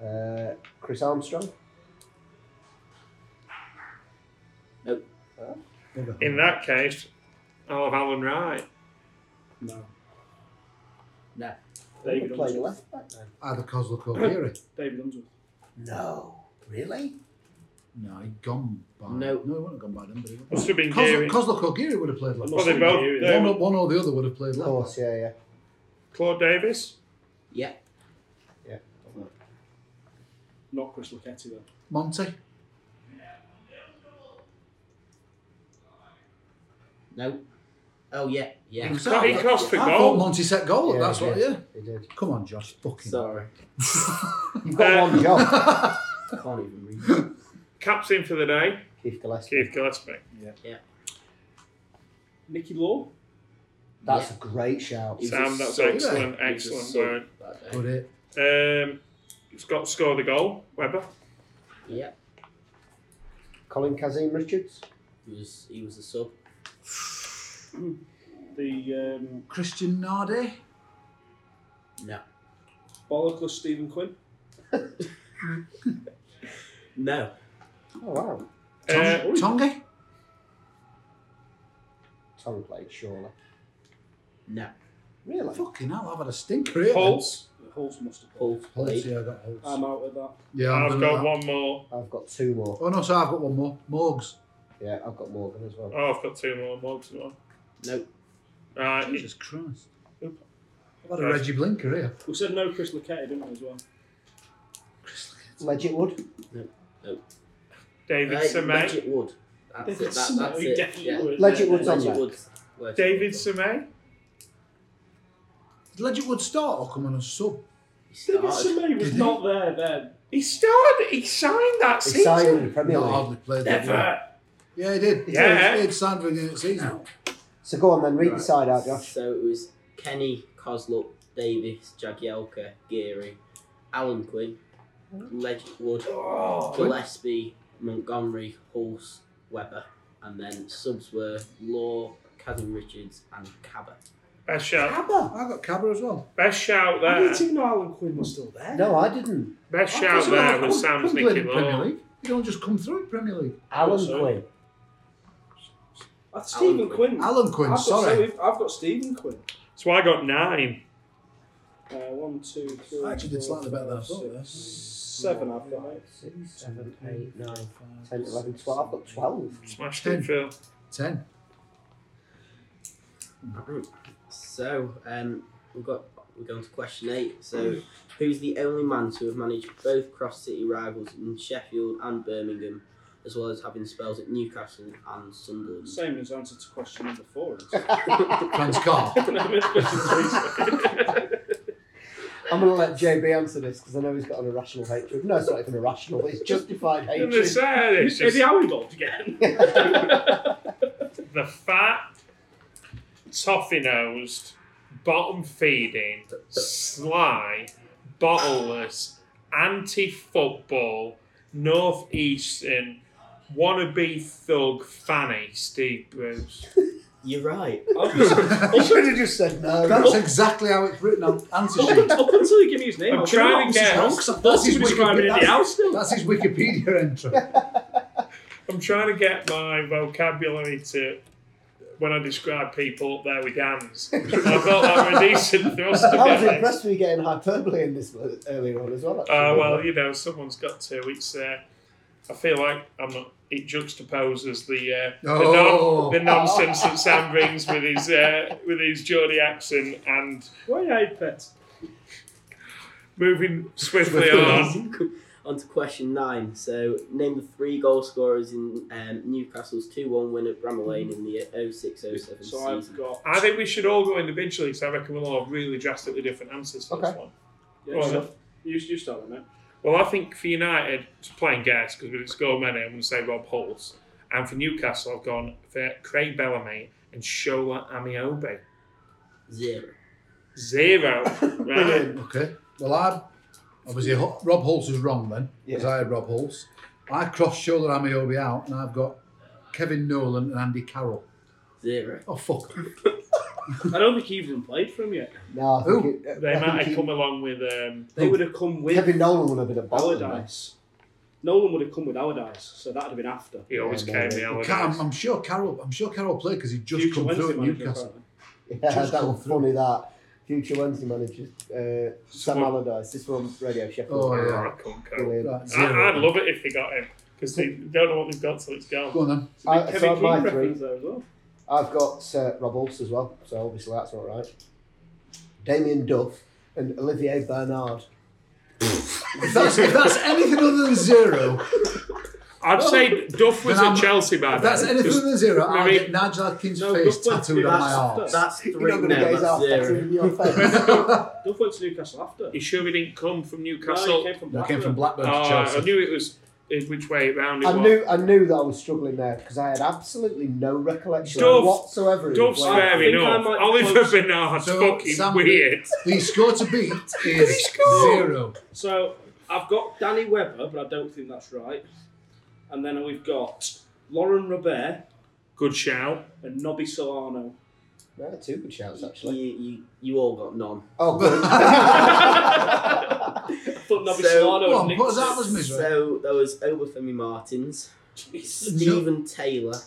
E: Uh, Chris Armstrong.
D: Bugger.
C: In that case, I'll have Alan Wright.
F: No.
G: No.
F: David
E: played
F: Unsworth.
E: left back then.
D: Either Kozluk or Geary.
F: David Unsworth.
E: No, really?
D: No, he'd gone by.
G: No.
D: no, he wouldn't have gone by then, but he would.
C: Must have been Gary.
D: Kozluk, Kozluk or Geary would have played left.
C: Well, they both. they-
D: One, or- one or the other would have played
E: Of
D: left.
E: course, yeah, yeah.
C: Claude Davis.
G: Yeah.
F: Not Chris Lucchetti, though.
D: Monty.
G: No. Oh yeah. Yeah.
D: Was
C: He
D: that-
C: cost the
D: I thought
C: goal.
D: Monty set goal.
E: Yeah,
D: that's what. Yeah.
E: He did.
D: Come on, Josh. Fucking.
G: Sorry.
E: You've got
C: Uh,
E: one job.
G: I can't even read.
C: Captain for the day,
E: Keith Gillespie.
C: Keith Gillespie.
F: Nicky Law.
E: That's
G: Yeah.
E: a great shout.
G: He's
C: Sam,
G: a
C: that's
G: sub.
C: excellent,
G: He's a
C: excellent
G: sub
C: work.
G: that day.
D: Good it.
C: Um, Scott scored the goal. Weber.
G: Yeah.
E: Colin Kazim Richards.
G: He was he was a sub.
F: The um,
D: Christian Nardi.
G: No.
F: Bollockless Stephen Quinn.
G: No.
E: Oh wow.
C: Uh,
D: Tongi.
E: Tom played surely.
G: No.
E: Really?
D: Fucking hell, I've had a stinker here.
C: Pulse.
F: Holtz must have played.
G: Paul
D: Holtz,
G: played.
D: yeah, I got Holtz.
E: Um,
F: I'm out of that.
D: yeah, I'm
C: I've
D: gonna
C: got
D: that.
C: one more.
E: I've got two more.
D: Oh no, so I've got one more. Morgs.
E: Yeah, I've got Morgan as well.
C: Oh, I've got two more. Morgs and one.
G: No.
C: Right.
D: Jesus Christ.
C: Oop.
D: I've had a Reggie Blinker here.
F: We said no Chris Lucchetti, didn't we, as well?
D: Chris, look at
E: Legit wood.
C: David
G: Right,
C: Semay.
G: Legit Wood. That's
F: David
G: it. That, that's
F: Semay,
G: it.
F: David
G: Yeah.
F: Wood.
E: Legit Wood's on
G: Legit
E: there.
G: Wood's- Legit
C: David
G: Wood.
C: Semay.
D: Did Legend Wood start or come on a sub?
F: David
G: Started.
F: Semay was not there then.
C: He started. He signed that
E: He
C: season.
E: signed in the
D: He
E: Premier League.
D: hardly played. did he?
C: Never.
D: Yeah, he did.
C: Yeah.
D: He did sign for the end of the season.
E: So go on then, read
G: Right.
E: the side out, Josh.
G: So it was Kenny, Coslup, Davis, Jagielka, Geary, Alan Quinn, Legit Wood,
C: Oh.
G: Gillespie, Montgomery, Hulse, Webber, and then subs were Law, Kevin Richards, and Cabba.
C: Best shout.
E: Abba.
D: I got Cabra as well.
C: Best shout
F: I
C: there.
F: didn't even know Alan Quinn was still there.
E: No, I didn't.
C: Best
D: I
C: shout
D: thought
C: there
D: he
C: was Sam's
D: couldn't play
C: Nicky
D: in the Premier
C: Law.
D: League. You don't just come through Premier League.
E: Alan
F: sorry.
E: Quinn.
F: That's Stephen
G: Alan Quinn.
F: Quinn.
D: Alan Quinn,
F: I've
D: sorry.
F: Got, Steve- I've got Stephen Quinn.
C: So I got nine.
F: Uh, one, two, three.
D: I actually did
F: four,
D: slightly better than I
F: five,
D: thought,
F: six, Seven, I've got. mate.
E: Six, seven, eight, nine, ten, eleven, twelve. I've got twelve.
C: Smashed
D: Ten.
C: it, Phil.
D: Ten.
G: So um, we've got we're going to question eight. So who's the only man to have managed both cross city rivals in Sheffield and Birmingham, as well as having spells at Newcastle and Sunderland?
F: Same as answer to question number four. is.
D: Franz Carr.
E: I'm going to let JB answer this because I know he's got an irrational hatred. No, it's not even irrational. It's justified
C: And they
E: hatred.
C: said it's
F: Eddie
C: just
F: Howe involved again.
C: the fat, toffee nosed, bottom feeding, sly, bottleless, anti football, northeastern, wannabe thug fanny Steve Bruce.
G: You're right.
E: You should have just said no.
D: That's exactly how it's written on answer sheet.
F: Up until you give me his name,
C: I'm
F: I was
C: trying
F: like,
C: to
F: "Oh,
C: guess."
F: this is wrong, 'cause I thought he was describing
D: Wiki-
F: Eddie Howe still.
D: That's his Wikipedia entry.
C: I'm trying to get my vocabulary to when I describe people up there with hands. And I thought that were a decent thrust to
E: I was
C: get this.
E: impressed with you getting hyperbole in this earlier on as well. actually.
C: Uh, well, you know, someone's got to. It's. Uh, I feel like I'm not. It juxtaposes the uh,
D: Oh.
C: the, non, the nonsense that Sam brings with his uh, with his Geordie accent and
F: Why are you pet?
C: moving swiftly on.
G: on to question nine. So, name the three goal scorers in um, Newcastle's 2 1 win at Bramall Lane in the 06 07
F: So I've
G: season.
F: got.
C: I think we should all go individually because I reckon we'll all have really drastically different answers for this
E: Okay.
C: one.
F: Yeah,
C: Go on,
F: so-
C: then.
F: you, you start with me.
C: Well, I think for United, it's plain guess because we didn't score many. I'm going to say Rob Hulse. And for Newcastle, I've gone for Craig Bellamy and Shola Amiobi.
G: Zero.
C: Zero. Right.
D: Okay. Well, I obviously Ho- Rob Hulse is wrong then because
E: Yeah.
D: I had Rob Hulse. I crossed shoulder Amiobi out, and I've got Kevin Nolan and Andy Carroll.
G: Zero.
D: Oh fuck!
F: I don't think he even played for him yet.
E: no, I think
D: Who?
E: it- I
C: They
E: think
C: might
E: he-
C: have come along with um,
F: They would have come with
E: Oh. Kevin Nolan would have been a baller. man.
F: Allardyce. Nolan would have come with Allardyce, so that'd have been after.
C: He always
E: Yeah,
C: came
E: no,
C: the
E: no.
C: other
D: Ca- I'm, I'm sure Carroll. I'm sure Carroll played because he just
F: Oh, Future
D: come through
F: Wednesday
D: at
F: manager,
D: Newcastle.
F: apparently.
E: Yeah,
D: Just
E: that
D: come
E: was funny. That future Wednesday manager uh, Sam
C: Someone-
E: Allardyce. This one Radio Sheffield.
D: Oh yeah.
C: Oracle code.
E: Brilliant.
D: Right,
C: I,
D: zero.
C: I'd love it if they got him because they don't know what they've got, so it's
D: Go
C: gone.
D: on then.
F: It's a big
E: Uh, so
F: Kevin
E: my
F: Keane
E: three.
F: reference there as well.
E: I've got Sir Rob Hulse as well, so obviously that's not right. Damien Duff and Olivier Bernard.
D: If that's, if that's anything other than zero,
C: I'd say Duff was
D: Then
C: at
D: I'm-
C: Chelsea by
D: if that's
C: then.
D: anything other than zero, I'll
C: maybe-
D: get Nigel Atkins'
F: No,
D: face
F: but-
D: tattooed on my arm.
F: That's-
G: That's three.
E: You're not going to
G: no,
E: get his
G: that's
E: ass tattooed
G: zero.
E: in your face.
F: Duff went to Newcastle after.
C: you sure he didn't come from
F: No,
C: Newcastle?
F: he came from
D: No, it came from
F: Blackburn.
D: Blackburn
C: Oh,
D: to
C: I
D: Chelsea.
C: knew it was uh, which way round it
E: I
C: was.
E: knew I knew that I was struggling there because I had absolutely no recollection
C: Duff-
E: whatsoever. of
C: Duff's
E: his life.
C: fair
F: think I
C: enough.
F: might be
C: Oliver
F: close.
C: Bernard's
D: So,
C: fucking
D: Sam-
C: weird.
D: The score to beat is zero.
F: So I've got Danny Webber, but I don't think that's right. And then we've got Lauren Robert
C: Good shout.
F: and Nobby Solano.
E: No, two good shouts
G: You,
E: actually.
G: you, you all got none.
E: Oh, good.
F: I thought Nobby
G: So-
F: Solano
D: Go
F: had
D: on,
F: nicked
D: put us
F: it.
D: out as misery.
G: So there was Obafemi Martins, Stephen Taylor,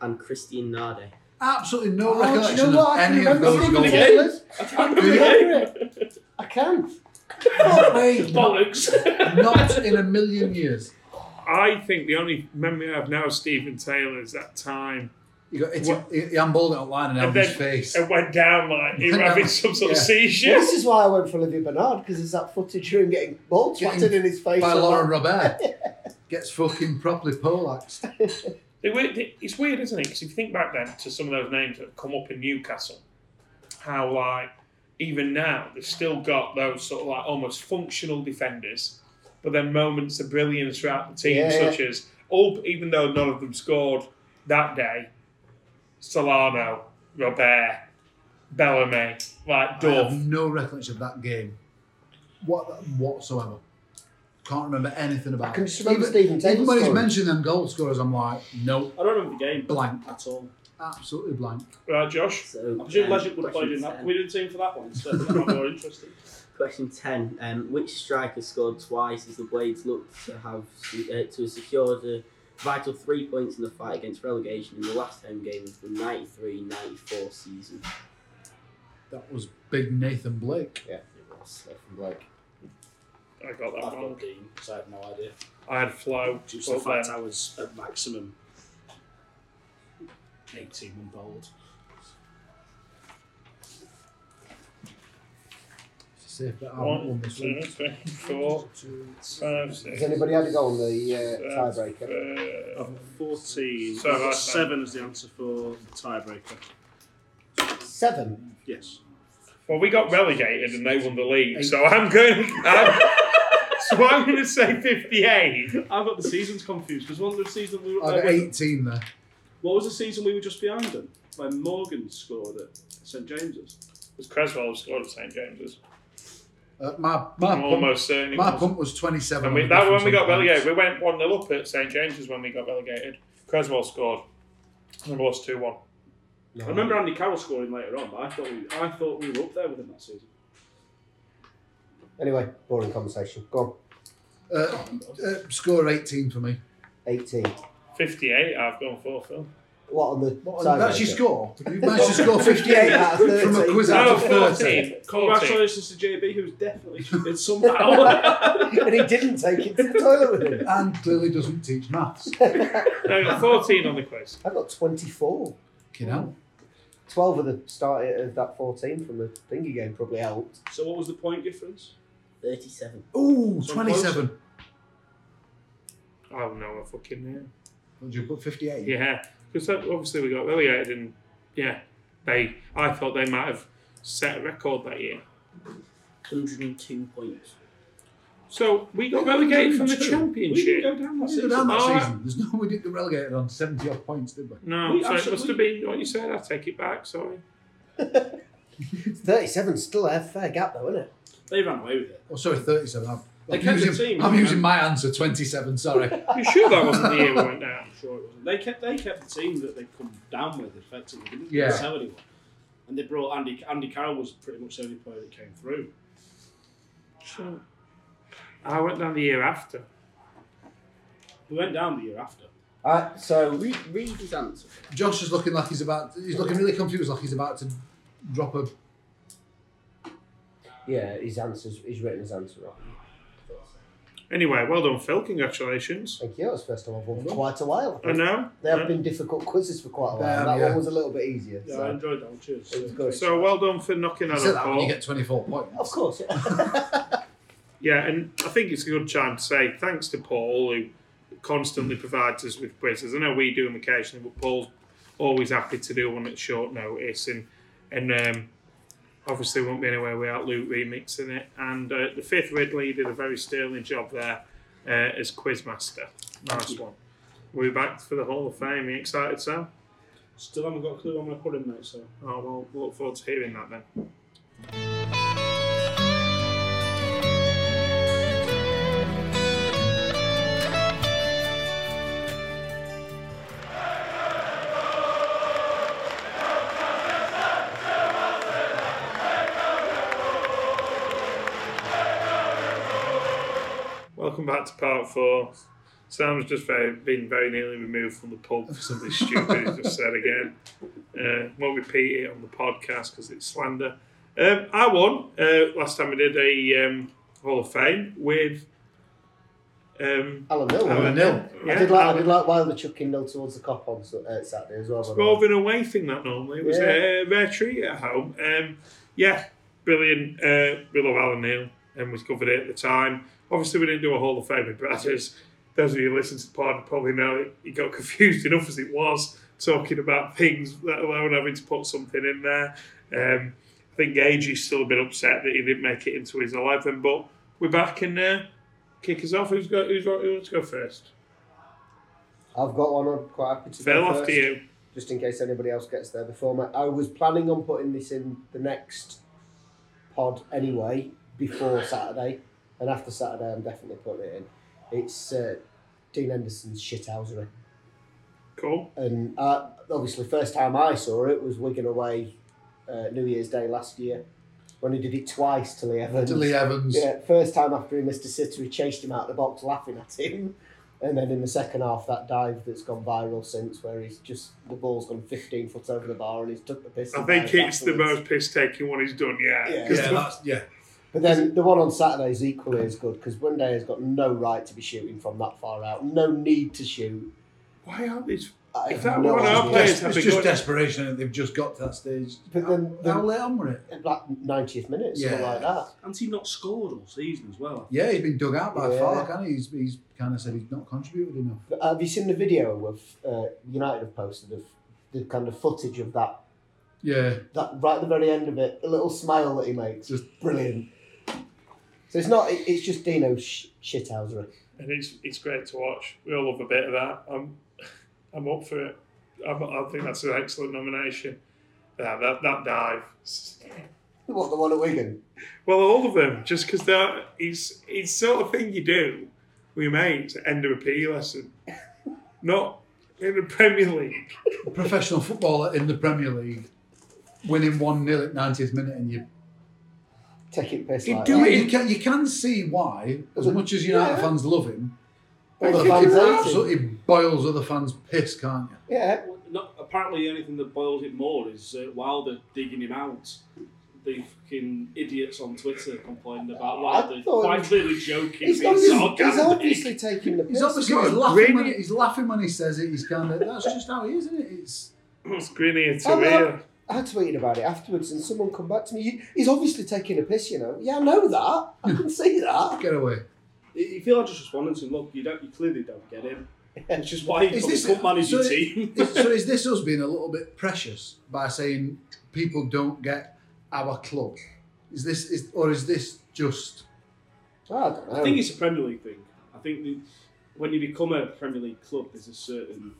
G: and Christian Nade.
D: Absolutely no
E: oh, do
D: recollection
E: you know what?
D: of
E: I can
D: any of
E: remember
D: those
E: Stephen
D: goals.
F: again.
E: Taylor's.
F: I can't
E: I
F: remember
E: can
F: the name.
E: remember it. I can. Fuck me.
F: Bollocks.
D: Not in a million years.
C: I think the only memory I have now of Stephen Taylor is that time
D: He got hit, he, he handballed it online and held
C: and then
D: his face.
C: it went down like he was having some sort of
D: Yeah.
C: seizure.
E: Well, this is why I went for Olivia Bernard because there's that footage of him getting ball twatted in his face.
D: by
E: a lot.
D: Lauren Robert. Gets fucking properly polaxed.
C: They were, they- it's weird, isn't it? Because if you think back then to some of those names that have come up in Newcastle, how like even now they've still got those sort of like almost functional defenders, but then moments of brilliance throughout the team,
E: Yeah, yeah.
C: such as all, even though none of them scored that day, Solano, Robert, Bellamy, like
D: I have
C: Dove.
D: no recollection of that game what, whatsoever. Can't remember anything about
E: I can
D: it.
E: just remember
D: even,
E: Stephen Taylor
D: even when he's
E: scoring.
D: mentioning them goal scorers, I'm like, no,
F: I don't remember the game
D: Blank.
F: at all.
D: absolutely blank.
C: Right, Josh.
G: So,
F: I presume
G: um,
F: Legend would have played in
G: question
F: that.
G: 10.
F: Can we do the team for that one instead? That might be more interesting.
G: Question ten: um, Which striker scored twice as the Blades looked to have uh, to have secured a vital three points in the fight against relegation in the last home game of the 93-94 season?
D: That was big Nathan Blake.
E: Like,
C: I got that
F: I've
C: wrong.
F: got game because I have no idea.
C: I had Flo.
F: Due to the
C: but
F: fact
C: then-
F: I was at maximum 18 month old.
D: Safe bet I haven't
C: One,
D: won this
C: two,
D: one.
C: three, four, five, six.
E: has anybody had a go on the uh, tiebreaker?
C: tiebreaker?
F: I've got
C: So
F: 14. Um, So I've got
C: that's-
F: 7 as the answer for the tiebreaker.
E: Seven.
F: Yes.
C: Well, we got relegated and they won the league, so I'm going. I'm, so I'm going to say 58.
F: I've got the seasons confused because one of the season we were
D: I
F: there
D: got
F: with-
D: 18 there.
F: What was the season we were just behind them when Morgan scored at St James's?
C: Because Creswell scored at St James's.
D: Uh, my my,
C: I'm
D: pump,
C: almost certain. he
D: my
C: was.
D: pump was 27.
C: And
D: on
C: we,
D: the
C: that when
D: difference
C: we got
D: on points.
C: relegated, we went 1 0 up at St James's when we got relegated. Creswell scored. And we lost 2 1.
F: I remember Andy Carroll scoring later on, but I thought we, I thought we were up there with him that season.
E: Anyway, boring conversation. Go on.
D: Uh, uh, score 18 for me.
E: 18.
C: 58, I've gone for, Phil.
E: What on the
D: What,
E: tiebreaker?
D: that's your score. You managed to score 58
E: out of
D: from a
E: 30.
D: quiz
C: No,
D: out of 30.
C: 14. 14.
F: Congratulations to JB, who's definitely cheated somehow.
E: and he didn't take it to the toilet with him.
D: And clearly doesn't teach maths.
C: No, 14 on the quiz.
E: I got 24.
D: You know?
E: 12 of the start uh, of that 14 from the thingy game probably helped.
F: so what was the point difference?
G: Thirty-seven.
D: Ooh,
F: So
D: 27.
C: Oh, no, I fucking knew.
D: What did you put? 58?
C: Yeah, because obviously we got relegated, and yeah, they. I thought they might have set a record that year.
G: Hundred and two points.
C: So we got relegated from the
D: Two.
F: We didn't
C: championship.
F: go down
D: We
F: that
D: didn't go
F: season.
D: down that
C: Oh, I-
D: season. There's no, we didn't get relegated on 70 odd points, did we?
C: No,
F: We
C: so it
F: absolutely-
C: must have been what you said. I take it back. Sorry.
E: 37 still a fair gap though, isn't it?
F: They ran away with it.
D: Oh, sorry, 37. I'm,
F: They
D: I'm
F: kept the
D: using,
F: team,
D: I'm
F: man.
D: using my answer, 27, sorry.
C: You sure that wasn't the year we went down?
F: I'm sure it wasn't. They kept they kept the team that they'd come down with effectively. They didn't
D: Yeah.
F: tell anyone. And they brought Andy Andy Carroll was pretty much the only player that came through.
C: So I went down the year after.
F: We went down the year after.
E: Uh, so,
G: Read, read his answer.
D: Josh is looking like he's about, he's looking really confused, like he's about to drop a.
E: yeah, his answers, he's written his answer up.
C: Anyway, well done, Phil. Congratulations.
E: Thank you, that was the first time I've won for quite a while. I
C: I
E: think.
C: know.
E: There have been difficult quizzes for quite a while.
D: Damn,
E: that
D: yeah.
E: one was a little bit easier.
F: Yeah, I
E: so.
F: enjoyed that one. Cheers.
E: It was good.
C: So well done for knocking
D: You
C: that on
D: said that when you
C: Paul.
D: get 24 points.
E: Of course.
C: Yeah, and I think it's a good time to say thanks to Paul, who constantly provides us with quizzes. I know we do them occasionally, but Paul's always happy to do one at short notice. And and um, obviously, won't be anywhere without Luke remixing it. And uh, the fifth Ridley did a very sterling job there uh, as quizmaster. Nice one. We're back for the Hall of Fame. Are you excited, Sam?
F: Still haven't got a clue I'm gonna put him mate, so
C: Oh, well, we look forward to hearing that then. Welcome back to part four. Sam's just very, been very nearly removed from the pub for something stupid he's just said again. Uh, won't repeat it on the podcast because it's slander. Um, I won uh, last time we did a um, Hall of Fame with Um,
E: Alan Mill.
C: Alan
E: wasn't it?
D: nil.
C: yeah,
E: I did like I
C: Alan-
E: did like Wilder chucking nil towards the cop on Sa- uh, Saturday as well. by the way.
C: Roving away thing that normally. It was a rare treat at home. Um, yeah, brilliant. Uh, we love Alan Neil and was covered it at the time. Obviously, we didn't do a Hall of Fame in Bratters. Those of you who listen to the pod probably know it got confused enough as it was talking about things, let alone having to put something in there. Um, I think Gage is still a bit upset that he didn't make it into his 11, but we're back in there. Kick us off. Who's got, who's, who wants to go first?
E: uh, I've got one. I'm quite happy to
C: Phil,
E: go
C: off
E: first,
C: to you.
E: just in case anybody else gets there before me. I was planning on putting this in the next pod anyway before Saturday, and after Saturday, I'm definitely putting it in. It's uh, Dean Henderson's shithousery.
C: Cool.
E: and uh, obviously first time I saw it was Wigan away uh, New Year's Day last year when he did it twice to Lee Evans.
D: To Lee Evans.
E: Yeah, first time after he missed a sitter, he chased him out of the box laughing at him. And then in the second half, that dive that's gone viral since, where he's just the ball's gone 15 foot over the bar and he's took the piss.
C: I
E: and
C: think
E: dived
C: it's the
E: backwards.
C: most piss taking one he's done yet.
E: Yeah.
C: 'Cause
D: Yeah,
C: the-
D: that's, yeah.
E: But then the one on Saturday is equally as good because Day has got no right to be shooting from that far out, no need to shoot.
C: Why aren't these?
E: I
C: If
E: have
C: that
E: no
C: one
E: idea.
C: up there-
D: Des-
C: Players have
D: it's
C: been
D: just
C: going-
D: desperation that they've just got to that stage.
E: But then-
D: how, how late on were it?
E: like 90th minute, something
D: Yeah.
E: like that.
F: And he not scored all season as well.
D: Yeah, he's been dug out by
E: Yeah.
D: Falk, hasn't he? He's, he's kind of said he's not contributed enough.
E: But uh, Have you seen the video of uh, United have posted of the kind of footage of that?
D: Yeah,
E: That right at the very end of it, the little smile that he makes,
D: Just-
E: just brilliant. So it's not. it- It's just Dino sh- shithousery.
C: And it's it's great to watch. We all love a bit of that. I'm I'm up for it. I'm, I think that's an excellent nomination. Yeah, that that dive.
E: What the one at Wigan?
C: Well, all of them, just because that it's it's sort of thing you do with your mates at end of a PE lesson, not in the Premier League.
D: professional footballer in the Premier League, winning one 0 at 90th minute, and you
E: Taking piss
C: You
E: like
C: do
E: that.
C: it.
D: you can you can see why, as much as United fans love him,
E: Other
D: he
E: fans hate him.
D: absolutely boils other fans' piss, can't you?
E: Yeah,
F: Not, apparently, anything that boils it more is uh, Wilder digging him out. The fucking idiots on Twitter complained about Wilder
E: thought-
F: quite clearly joking.
E: he's,
F: being
E: obviously, he's
F: sarcastic.
E: obviously taking the piss.
D: He's obviously
C: got
D: he's
C: a
D: laughing, when,
C: grin.
D: he's laughing when he says it. He's kind of that's just how he is, isn't it? It's
C: It's green here to
E: I'm not-
C: here.
E: I tweeted about it afterwards, and someone come back to me. "You- He's obviously taking a piss, you know. Yeah, I know that. I can see that.
D: get away.
F: You- You feel like just responding to him. Look, you don't. You clearly don't get him. Which is why you
D: Is
F: probably
D: this-
F: couldn't manage your
D: so-
F: team.
D: Is- so is this us being a little bit precious by saying people don't get our club? Is this is or is this just
E: I don't know.
F: I think it's a Premier League thing. I think the, when you become a Premier League club, there's a certain.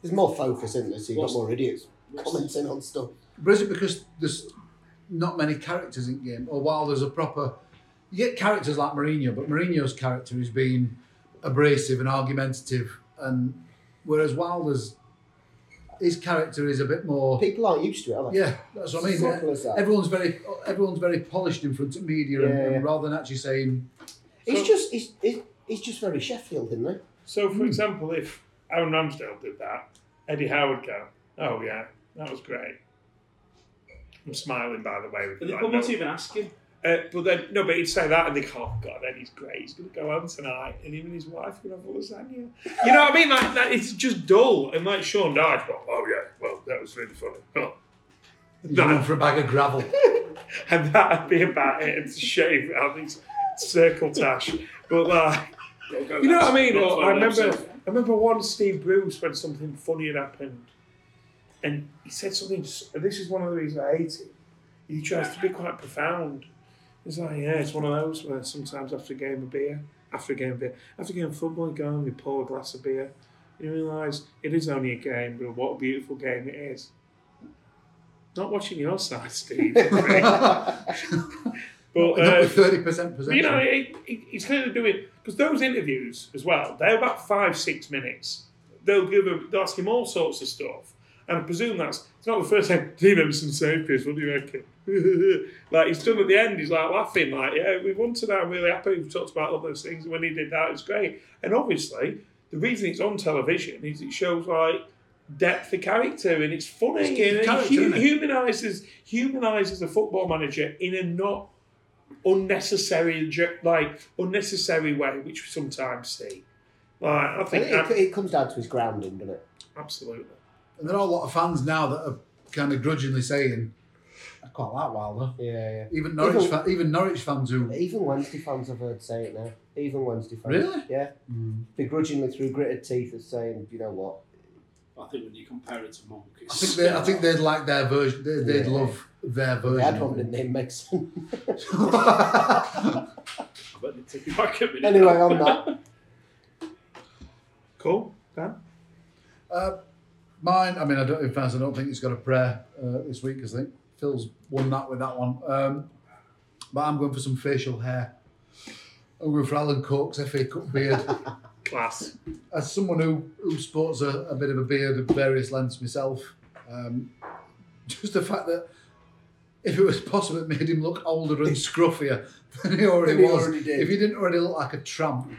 E: There's more focus in this. You've got
F: What's-
E: more idiots commenting on stuff.
D: But is it because there's not many characters in game, or while there's a proper, you get characters like Mourinho, but Mourinho's character is being abrasive and argumentative, and whereas Wilder's his character is a bit more.
E: People aren't used to it, are they?
D: Yeah, that's what I mean.
E: Simple as that.
D: Everyone's very everyone's very polished in front of media, and,
E: Yeah, yeah.
D: and rather than actually saying
E: He's
C: So-
E: just he's, he's, he's just very Sheffield, isn't he?
C: So, for example, if Aaron Ramsdale did that, Eddie Howard would go, "Oh yeah, that was great." I'm smiling, by the way. With
F: But they
C: that
F: probably
C: note.
F: won't even ask him.
C: Uh, but then, no, but he'd say that and they go, oh, God, Eddie's great. He's going to go home tonight and him and his wife are going to have a lasagna. You know what I mean? Like, that, it's just dull. And like Sean Dyche, well, oh, yeah, well, that was really funny. Oh.
D: he's going for a bag of gravel.
C: And that'd be about it. It's a shame how these circle tash. But like, you know what I mean? Or I remember, I remember one Steve Bruce when something funny had happened, and he said something. s- And this is one of the reasons I hate it. He tries to be quite profound. It's like, yeah, it's one of those where sometimes after a game of beer, after a game of beer, after a game of football, you go home, you pour a glass of beer, you realise it is only a game, but what a beautiful game it is. Not watching your side, Steve. but uh,
D: Thirty percent possession.
C: you know, it, it, he's clearly doing because those interviews as well. They're about five, six minutes. They'll give him, they'll ask him all sorts of stuff, and I presume that's it's not the first time. Dean Emerson saved us. What do you reckon? like he's done at the end, he's like laughing, like yeah, we won tonight. I'm really happy. We've talked about all those things. And when he did that, it's great. And obviously, the reason it's on television is it shows like depth of character and it's funny
D: It's good
C: and it
D: character,
C: hu-
D: isn't it?
C: humanises humanises a football manager in a not unnecessary, ju- like unnecessary way, which we sometimes see. Like I
E: I
C: think
E: think it,
C: that,
E: it comes down to his grounding, doesn't it?
C: absolutely.
D: And there are a lot of fans now that are kind of grudgingly saying, "I quite like Wilder."
E: Yeah,
D: Even Norwich,
E: Even-
D: fa- even Norwich fans who
E: Even Wednesday fans I've heard say it now. Even Wednesday fans.
D: Really?
E: Yeah. Begrudgingly through gritted teeth are saying, you know what?
F: I think when you compare it to Monk,
D: I
F: it's
D: think they, I think they'd like their version. They, They'd
E: Yeah.
D: love their
E: They
D: version.
E: had one in name Megson.
F: I bet they take it back a minute.
E: anyway, on that.
C: Cool, Dan.
D: Mine. I mean, I don't. In fairness, I don't think it's got a prayer uh, this week because I think Phil's won that with that one. Um, but I'm going for some facial hair. I'm going for Alan Cook's FA Cup beard.
C: Class.
D: as someone who, who sports a, a bit of a beard of various lengths myself, um, just the fact that if it was possible, it made him look older and scruffier than he already
E: Than he
D: was.
E: already did.
D: If he didn't already look like a tramp,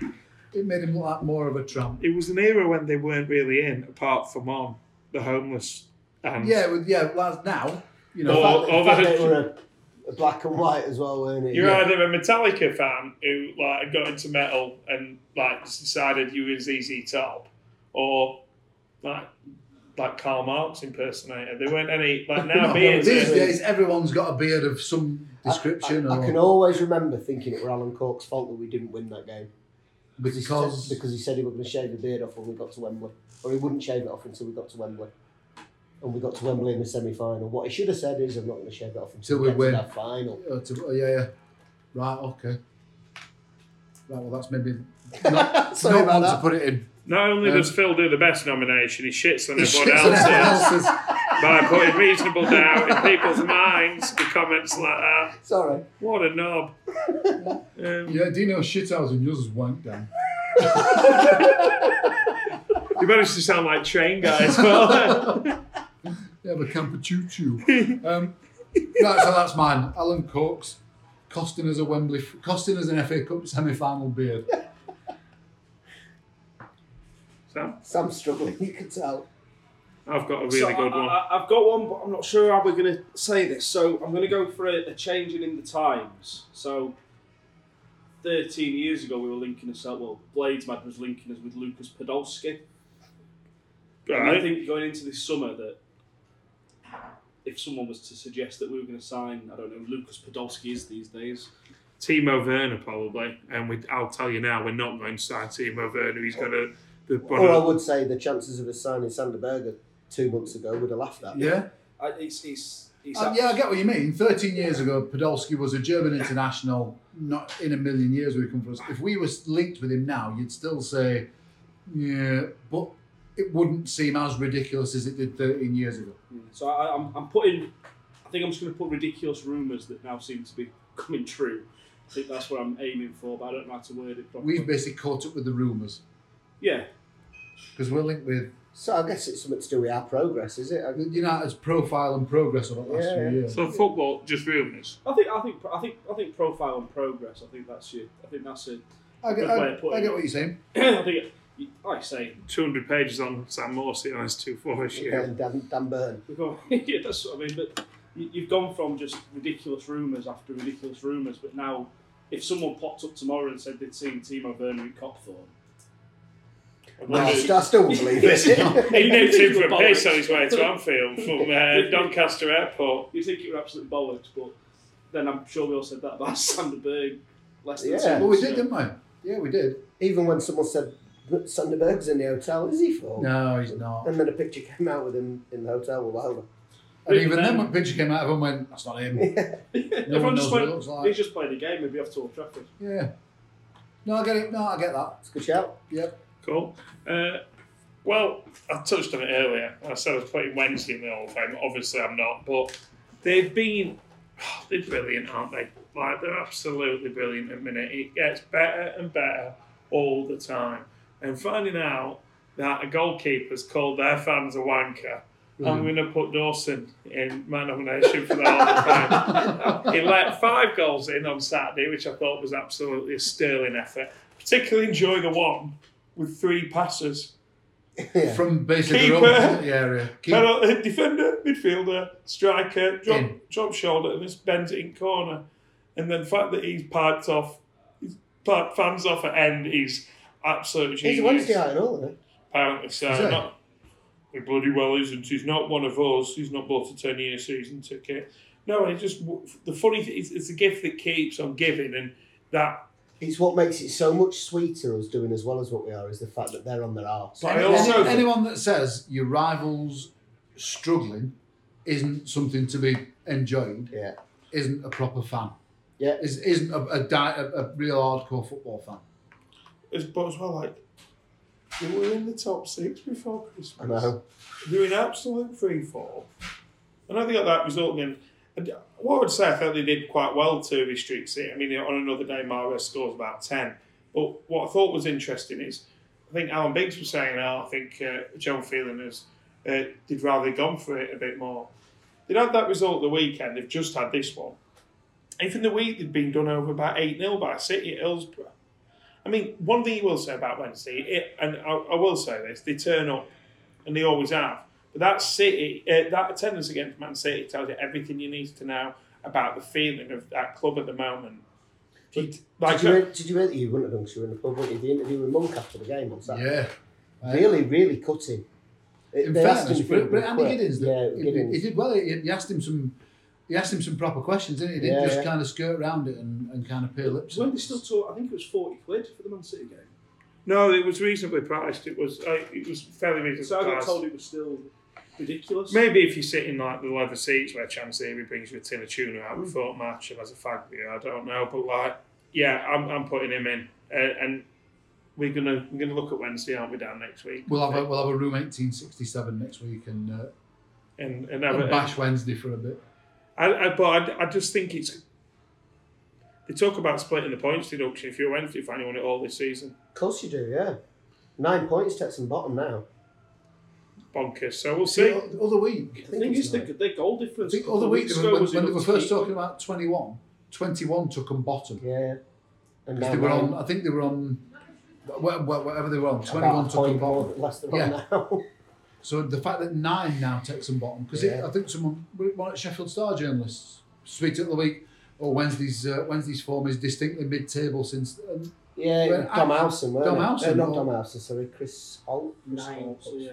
D: it made him look like more of a tramp.
C: It was an era when they weren't really in, apart from on the homeless. And
D: Yeah, well, yeah. Well, now you
E: The
D: know.
C: Oh. over-
E: fact that- the fact that they were a, a black and white as well, weren't it?
C: You're
E: yeah.
C: either a Metallica fan who like got into metal and like just decided you was easy top, or like like Karl Marx impersonator. There weren't any like now beards.
D: These
C: are-
D: days, everyone's got a beard of some description,
E: I, I
D: or
E: can always remember thinking it were Alan Cork's fault that we didn't win that game. Because he,
D: because uh,
E: said, because he said he was going to shave the beard off when we got to Wembley. Or he wouldn't shave it off until we got to Wembley. And we got to Wembley in the semi final. What he should have said is, I'm not going to shave it off until
D: Till we
E: we get
D: win."
E: to that final.
D: Uh, to- uh, yeah, yeah. Right. Okay. Right. Well, that's maybe not,
E: Sorry
D: not
E: about
D: one to
E: that.
D: put it in.
C: Not only
D: Um,
C: does Phil do the best nomination, he shits on
D: Shit,
C: everyone
D: someone
C: else's
D: else's.
C: by putting reasonable doubt in people's minds. The comments like that.
E: Sorry.
C: What a knob. Um,
D: Yeah, Dino Shithouse and yours is wank down.
C: you managed to sound like train guys. Well,
D: Yeah, but Camper Choo Choo. um, right, so that's mine. Alan Cook's costing us a Wembley, costing us an FA Cup semi-final beard.
C: so
E: Sam's struggling, you can tell.
C: I've got a really
F: So
C: good
F: I,
C: one.
F: I, have got one, but I'm not sure how we're going to say this. So I'm going to go for a, a changing in the times. So 13 years ago, we were linking us out. Well, Bladesman was linking us with Lucas Podolski. And I
C: Right.
F: think going into this summer that if someone was to suggest that we were going to sign, I don't know, Lucas Podolski is these days.
C: Timo Werner probably, and we, I'll tell you now, we're not going to sign Timo Werner. He's got a the
E: Or
D: uh,
E: I would say the chances of us signing Sander Berger two months ago would have laughed at.
D: Yeah,
F: I, it's it's it's
D: Uh, yeah, I get what you mean. Thirteen years ago, Podolski was a German international. Not in a million years would he come for us. If we were linked with him now, you'd still say, yeah, but it wouldn't seem as ridiculous as it did thirteen years ago.
F: So I, I'm, I'm putting. I think I'm just going to put ridiculous rumours that now seem to be coming true. I think that's what I'm aiming for, but I don't know how to word it properly.
D: We've basically caught up with the rumours
F: yeah,
D: because we're linked with
E: So I guess it's something to do with our progress, is it? I mean,
D: United's profile and progress over the last
E: Yeah,
D: few
E: yeah.
D: years.
C: so football just rumours.
F: I think I think I think I think profile and progress. I think that's you. I think that's it.
D: I get,
F: Good
D: I,
F: way of putting
D: I get
F: it.
D: what you're saying.
F: I think it, you- like I say,
C: Two hundred pages on Sam Morsey on his two four this year.
E: Dan, Dan, Dan Burn.
F: we've gone, yeah, that's what I mean. But you, you've gone from just ridiculous rumours after ridiculous rumours, but now if someone popped up tomorrow and said they'd seen Timo Werner in Cockthorne, I'd
E: I,
F: like-
E: st- I still wouldn't believe it.
C: He nipped him for a
F: Bollocks.
C: piss on his way to Anfield from uh, Doncaster Airport.
F: You'd think it were absolute bollocks, but then I'm sure we all said that about Sander Berg less than
E: Yeah.
F: two
D: Well, we
F: months
D: did,
F: ago.
D: didn't we? Yeah, we did.
E: Even when someone said "But Sander Berger's in the hotel, is he for?
D: No, he's not.
E: And then a picture came out with him in the hotel with Wilder.
D: And even then, when picture came out of him, went, that's not him. No one
F: Everyone
D: knows
F: just
D: what
F: went,
D: it looks
F: he's
D: like.
F: just played a game, maybe off to Old Trafford.
D: Yeah. No, I get it. No, I get that.
E: It's a good shout.
D: Yep.
C: Cool. Uh, well, I touched on it earlier. I said I was putting Wednesday in the Hall of Fame. Obviously, I'm not, but they've been they're brilliant, aren't they? Like they're absolutely brilliant at the minute. It gets better and better all the time. And finding out that a goalkeeper's called their fans a wanker. I'm
D: Mm.
C: going to put Dawson in my nomination for the Hall of Fame. he let five goals in on Saturday, which I thought was absolutely a sterling effort. Particularly enjoy the one with three passes.
E: Yeah.
D: From basically
C: Keeper.
D: the wrong area. Keep,
C: Penalty, defender, midfielder, uh, striker, drop,
D: In.
C: drop shoulder, and this bends it in corner. And then the fact that he's piped off, he's piped fans off at end is absolute genius.
E: He's a Wednesday night and all, isn't
C: Apparently, so
D: Is he?
C: not. He bloody well isn't. He's not one of us. He's not bought a ten-year season ticket. No, and it just the funny thing is, it's a gift that keeps on giving, and that.
E: he? It's what makes it so much sweeter us doing as well as what we are is the fact that they're on their arse.
C: But I
D: Any-
C: also
D: anyone that says your rival's struggling isn't something to be enjoyed,
E: Yeah.
D: isn't a proper fan.
E: Yeah.
D: Is, isn't a, a, di- a, a real hardcore football fan.
C: As, but as well, like they were in the top six before Christmas.
E: I know.
C: They were in absolute free fall. I know they got that result in. And what I would say, I thought they did quite well to restrict it. I mean, on another day, Mara scores about 10. But what I thought was interesting is, I think Alan Biggs was saying, oh, I think uh, John Phelan has, uh, they'd rather gone for it a bit more. They'd had that result the weekend, they've just had this one. Even the week, they'd been done over by 8 0 by City at Hillsborough. I mean, one thing you will say about Wednesday, it, and I, I will say this, they turn up, and they always have. But that City, uh, that attendance against Man City tells you everything you need to know about the feeling of that club at the moment. uh, Did,
E: Did you, hear- did you hear that you wouldn't have done 'cause you were in the pub, wouldn't you? The interview with Monk after the game on Saturday.
D: Yeah.
E: Really, really cutting. It,
D: In
E: they asked
D: fairness,
E: him for
D: but,
E: it
D: but Andy
E: quick.
D: Giddens,
E: Yeah,
D: he,
E: Giddens.
D: he did well. He, he asked him some, he asked him some proper questions, didn't he? He didn't
E: Yeah,
D: just
E: yeah.
D: kind of skirt around it and, and kind of pay lip
F: When they
D: service.
F: still talk, I think it was 40 quid for the Man City game.
C: No, it was reasonably priced. It was uh, it was fairly reasonably
F: So I got
C: priced.
F: told it was still ridiculous.
C: Maybe if you sit in like the leather seats where Chance Avery brings you a tin of tuna out
F: Mm.
C: before a match and has a fag beer, I don't know. But like, yeah, I'm, I'm putting him in, uh, and we're gonna we're gonna look at Wednesday, aren't we, Dan next week?
D: We'll have a we'll have a room eighteen sixty seven next week and, uh,
C: and and have
D: and
C: a-
D: bash Wednesday for a bit.
C: I, I, but I, I just think it's. They talk about splitting the points deduction if you're a Wednesday fan, you won it all this season.
E: Of course you do, yeah. Nine points, Texan bottom now.
C: Bonkers. So we'll
D: See,
C: see.
D: the other week,
F: The thing is, their, their goal
D: I
F: difference.
D: think
F: a couple
D: other
F: of
D: week
F: weeks
D: when,
F: ago
D: when,
F: was
D: when they were
F: enough to
D: first
F: keep
D: talking about 21, 21 took them bottom.
E: Yeah.
D: 'Cause
E: And now
D: they were
E: nine.
D: on, I think they were on, wh- wh- whatever they were on,
E: About
D: 21
E: a
D: took them
E: point
D: bottom.
E: more than- less than on
D: Yeah.
E: now.
D: So the fact that nine now takes them bottom because
E: Yeah.
D: I think someone one of the Sheffield Star journalists tweeted at the week. Oh, Wednesday's uh, Wednesday's form is distinctly mid-table since. And
E: yeah, it
D: Well,
E: was Dom
D: I-
E: Howson, wasn't
D: Dom
E: it?
D: Howson,
E: No,
D: or-
E: Uh, not Dom Howson, sorry, Chris Holt. Chris
G: Nine.
E: Holt.
G: So, yeah.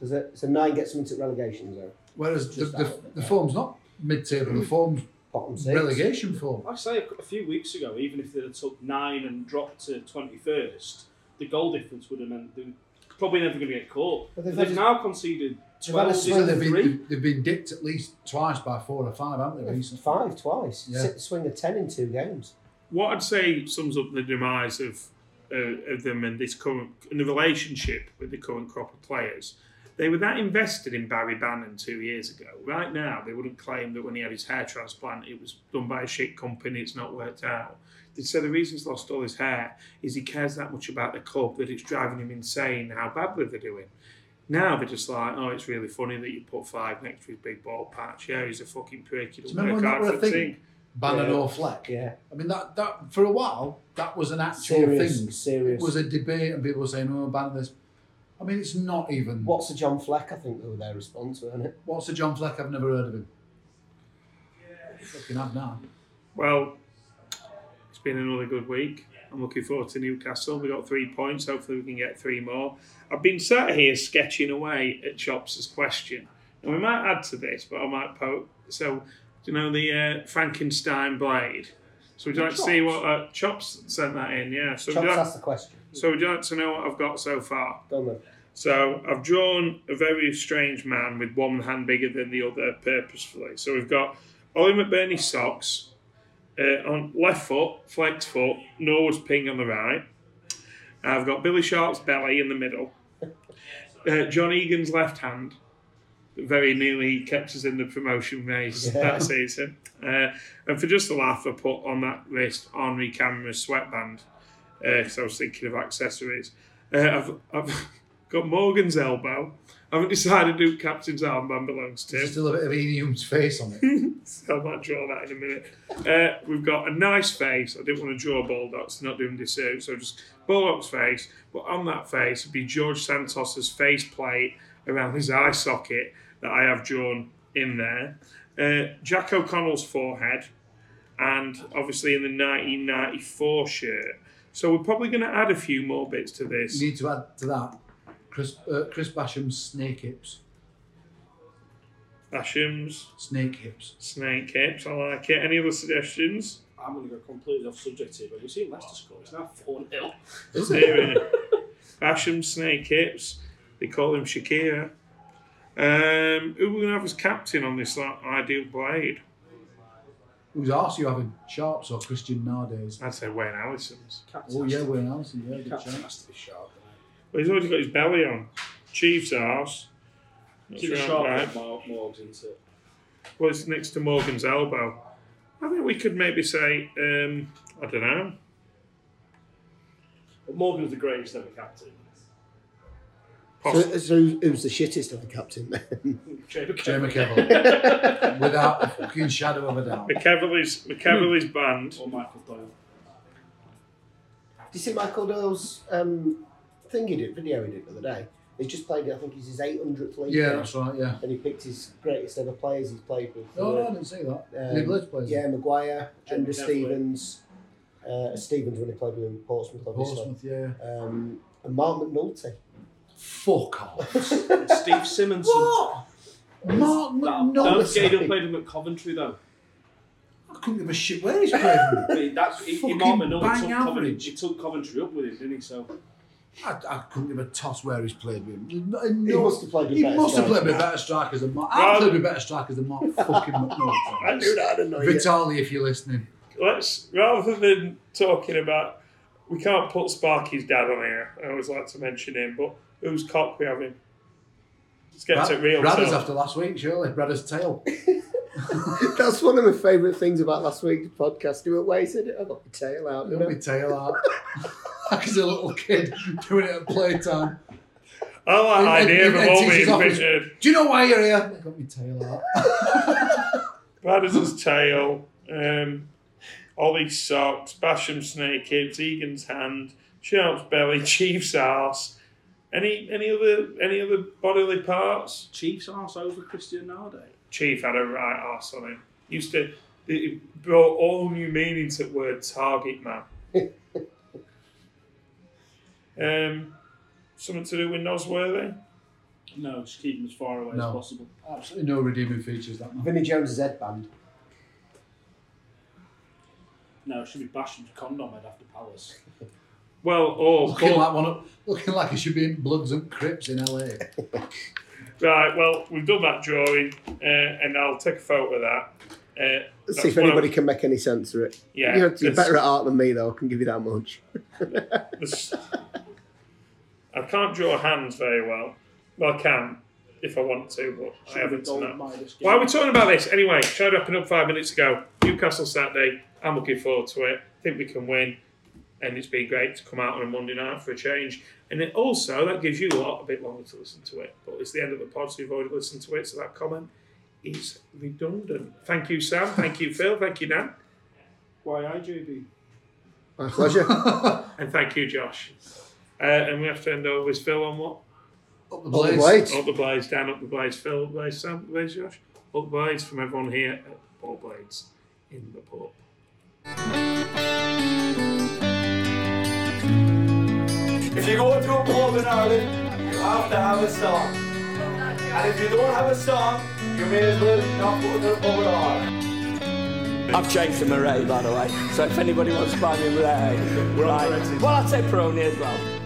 E: Does it, so nine gets them into relegation zone.
D: whereas the,
E: Just
D: the,
E: out,
D: the
E: yeah.
D: form's not mid-table. The form's
E: Bottom Mm. six.
D: relegation form.
F: Like I say, a few weeks ago, even if they'd have took nine and dropped to 21st, the goal difference would have meant they were probably never going to get caught.
E: But
F: They've,
E: they've just-
F: now conceded
E: They've had a
F: 12
E: swing
D: So
E: of
F: to
D: they've
F: 3.
D: been they've, they've been dipped at least twice by four or five, haven't they? Recently?
E: Five twice.
D: Yeah.
E: Sit, swing of ten in two games.
C: What I'd say sums up the demise of uh, of them and this current and the relationship with the current crop of players. They were that invested in Barry Bannon two years ago. Right now, they wouldn't claim that when he had his hair transplant, it was done by a shit company. It's not worked out. They said the reason he's lost all his hair is he cares that much about the club that it's driving him insane how badly they're doing. Now they're just like, oh, it's really funny that you put five next to his big ball patch. Yeah, he's a fucking prick. He
D: Do you
C: doesn't
D: remember
C: work
D: when that
C: hard
D: were
C: for
D: a
C: the
D: thing?
C: team.
D: Bannon
E: Yeah.
D: or Fleck.
E: Yeah.
D: I mean that that for a while that was an actual
E: Serious,
D: thing.
E: serious.
D: It was a debate, and people were saying, "Oh, Bannon this." I mean, it's not even.
E: What's a John Fleck? I think they were their response, weren't it?
D: What's a John Fleck? I've never heard of him. Fucking have now.
C: Well, it's been another good week. I'm looking forward to Newcastle. We got three points. Hopefully, we can get three more. I've been sat here sketching away at Chops' question, and we might add to this, but I might poke. So, do you know the uh, Frankenstein blade? So, would you like to see what uh, Chops sent that in? Yeah. So, would
E: Chops
C: you like,
E: asked the question.
C: so would you like to know what I've got so far?
E: Don't know.
C: So I've drawn a very strange man with one hand bigger than the other purposefully. So we've got Ollie McBurney socks uh, on left foot, flecked foot, Norwood's ping on the right. I've got Billy Sharp's belly in the middle. Uh, John Egan's left hand. Very nearly kept us in the promotion race
E: Yeah.
C: that season. Uh, and for just a laugh, I put on that wrist Henri Camera's sweatband because I was thinking of accessories. Uh, I've, I've got Morgan's elbow. I haven't decided who Captain's armband belongs to.
D: There's still a bit of Ian Hume's face on it.
C: I might draw that in a minute. Uh, we've got a nice face. I didn't want to draw Baldock's, not doing disservice, so just Baldock's face. But on that face would be George Santos's face plate around his eye socket that I have drawn in there. Uh, Jack O'Connell's forehead and obviously in the 1994 shirt. So we're probably going to add a few more bits to this.
D: You need to add to that Chris uh, Chris Basham's snake hips.
C: Asham's
D: Snake hips.
C: snake hips, I like it. Any other suggestions?
F: I'm going to go completely off subject here, but we've seen Leicester score. It's now 4 0.
C: Asham's snake hips. They call him Shakira. Um, who are we going to have as captain on this like, ideal blade?
D: Whose arse are you having? Sharps or Christian nowadays?
C: I'd say Wayne Allison's.
D: Oh yeah, Wayne Allison. Yeah, good
F: Captain
D: shout.
F: has to be sharp.
C: Well, he's already got his belly on. Chief's arse. Not sure
F: Keep it
C: I'm
F: sharp
C: right.
F: with Mor- Morgs, isn't it?
C: Well, it's next to Morgan's elbow. I think we could maybe say, um, I don't know.
F: But Morgan's the greatest ever captain.
E: So,
C: Poss-
E: so who's the shittest of the captain then?
F: Jay
D: Jay
F: McKenna.
D: McKevill. Without a fucking shadow of a doubt.
C: McEvely's McEvely's banned.
F: Or Michael Doyle.
E: Did you see Michael Doyle's um, thing he did, video he did the other day? He just played, I think he's his 800th league.
D: Yeah,
E: game,
D: that's right, yeah.
E: And he picked his greatest ever players he's played with.
D: Oh, no, I didn't see that. Did he play players?
E: Yeah, Maguire,
F: Jim
E: Andrew
F: McCaffrey.
E: Stevens, uh, Stevens when he played with Portsmouth, obviously.
D: Portsmouth, yeah.
E: Um, and Mark McNulty.
D: Fuck off.
F: And Steve Simonson.
D: Mark
F: That- Don't get him
D: McNulty.
F: played him at Coventry though.
D: I couldn't give a shit where he's playing.
F: I mean, that's he, he
D: Fucking
F: might have known
D: bang
F: he took, Coventry,
D: average.
F: he took Coventry up with him, didn't he? So
D: I, I couldn't give a toss where he's played with him. No, no,
E: He must have played with
D: he
E: better
D: must have
E: strikers.
D: played with better strikers than Mark.
C: Rather-
D: I've played with better strikers than Mark fucking
C: I
D: McNulty.
C: knew that.
D: Vitali, if you're listening.
C: Let's rather than talking about we can't put Sparky's dad on here. I always like to mention him, but whose cock we having? Let's get to
D: Brad-
C: real
D: Brad is
C: talk.
D: after last week, surely. Brad's tail.
E: That's one of my favourite things about last week's podcast. Stuart Way said it. I got my tail out.
D: It'll be tail out. like he's a little kid doing it at playtime.
C: I like
D: And-
C: idea
D: and-
C: of
D: and
C: all
D: teacher's
C: being
D: office.
C: pictured.
D: Do you know why you're here? I got my tail out.
C: Brad is his tail, um, Ollie's socks, Basham's snake hips, Egan's hand, Sharp's belly, Chief's arse. Any any other any other bodily parts?
F: Chiefs arse over Christian Nardo.
C: Chief had a right arse on him. Used to it brought all new meaning to the word target man. um, something to do with Nosworthy.
F: No, just keep him as far away
D: No.
F: as possible. Oh,
D: Absolutely no redeeming features, that man.
E: Vinnie Jones' headband.
F: No, it should be Basham's condom head after Palace.
C: Well, oh, or
D: Looking
C: but-
D: like, one of, looking like he should be in Bloods and Crips in LA.
C: right. Well, we've done that drawing, uh, and I'll take a photo of that. Uh, that's
E: Let's see if
C: one of-
E: anybody can make any sense of it.
C: Yeah,
E: you're, you're
C: it's-
E: better at art than me, though. I can give you that much.
C: This- I can't draw hands very well. Well, I can if I want to, but I
F: Should be
C: haven't done
F: gold
C: that.
F: minus game.
C: Why are we talking about this? Anyway, showed up and up five minutes ago. Newcastle Saturday. I'm looking forward to it. think we can win. And it's been great to come out on a Monday night for a change. And it also, that gives you a lot a bit longer to listen to it. But it's the end of the pod, so you've already listened to it. So that comment is redundant. Thank you, Sam. Thank you, Phil. Thank you, Dan.
F: Why IJB?
E: My pleasure.
C: And thank you, Josh. Uh, and we have to end over with Phil on what?
D: Up the
E: All the
D: blades.
E: blades.
C: Up the blades, down up the blades, Phil, up the blades, Sam, up the blades, Josh. Up the blades from everyone here at Ball Blades in the pub.
A: If you go to a pub in Ireland, you have to have a song. And if you don't have a song, you may as well not go to the pub at all.
B: I've changed the array, by the way. So if anybody wants to buy me a Marae, right. Well, I'd say Peroni as well.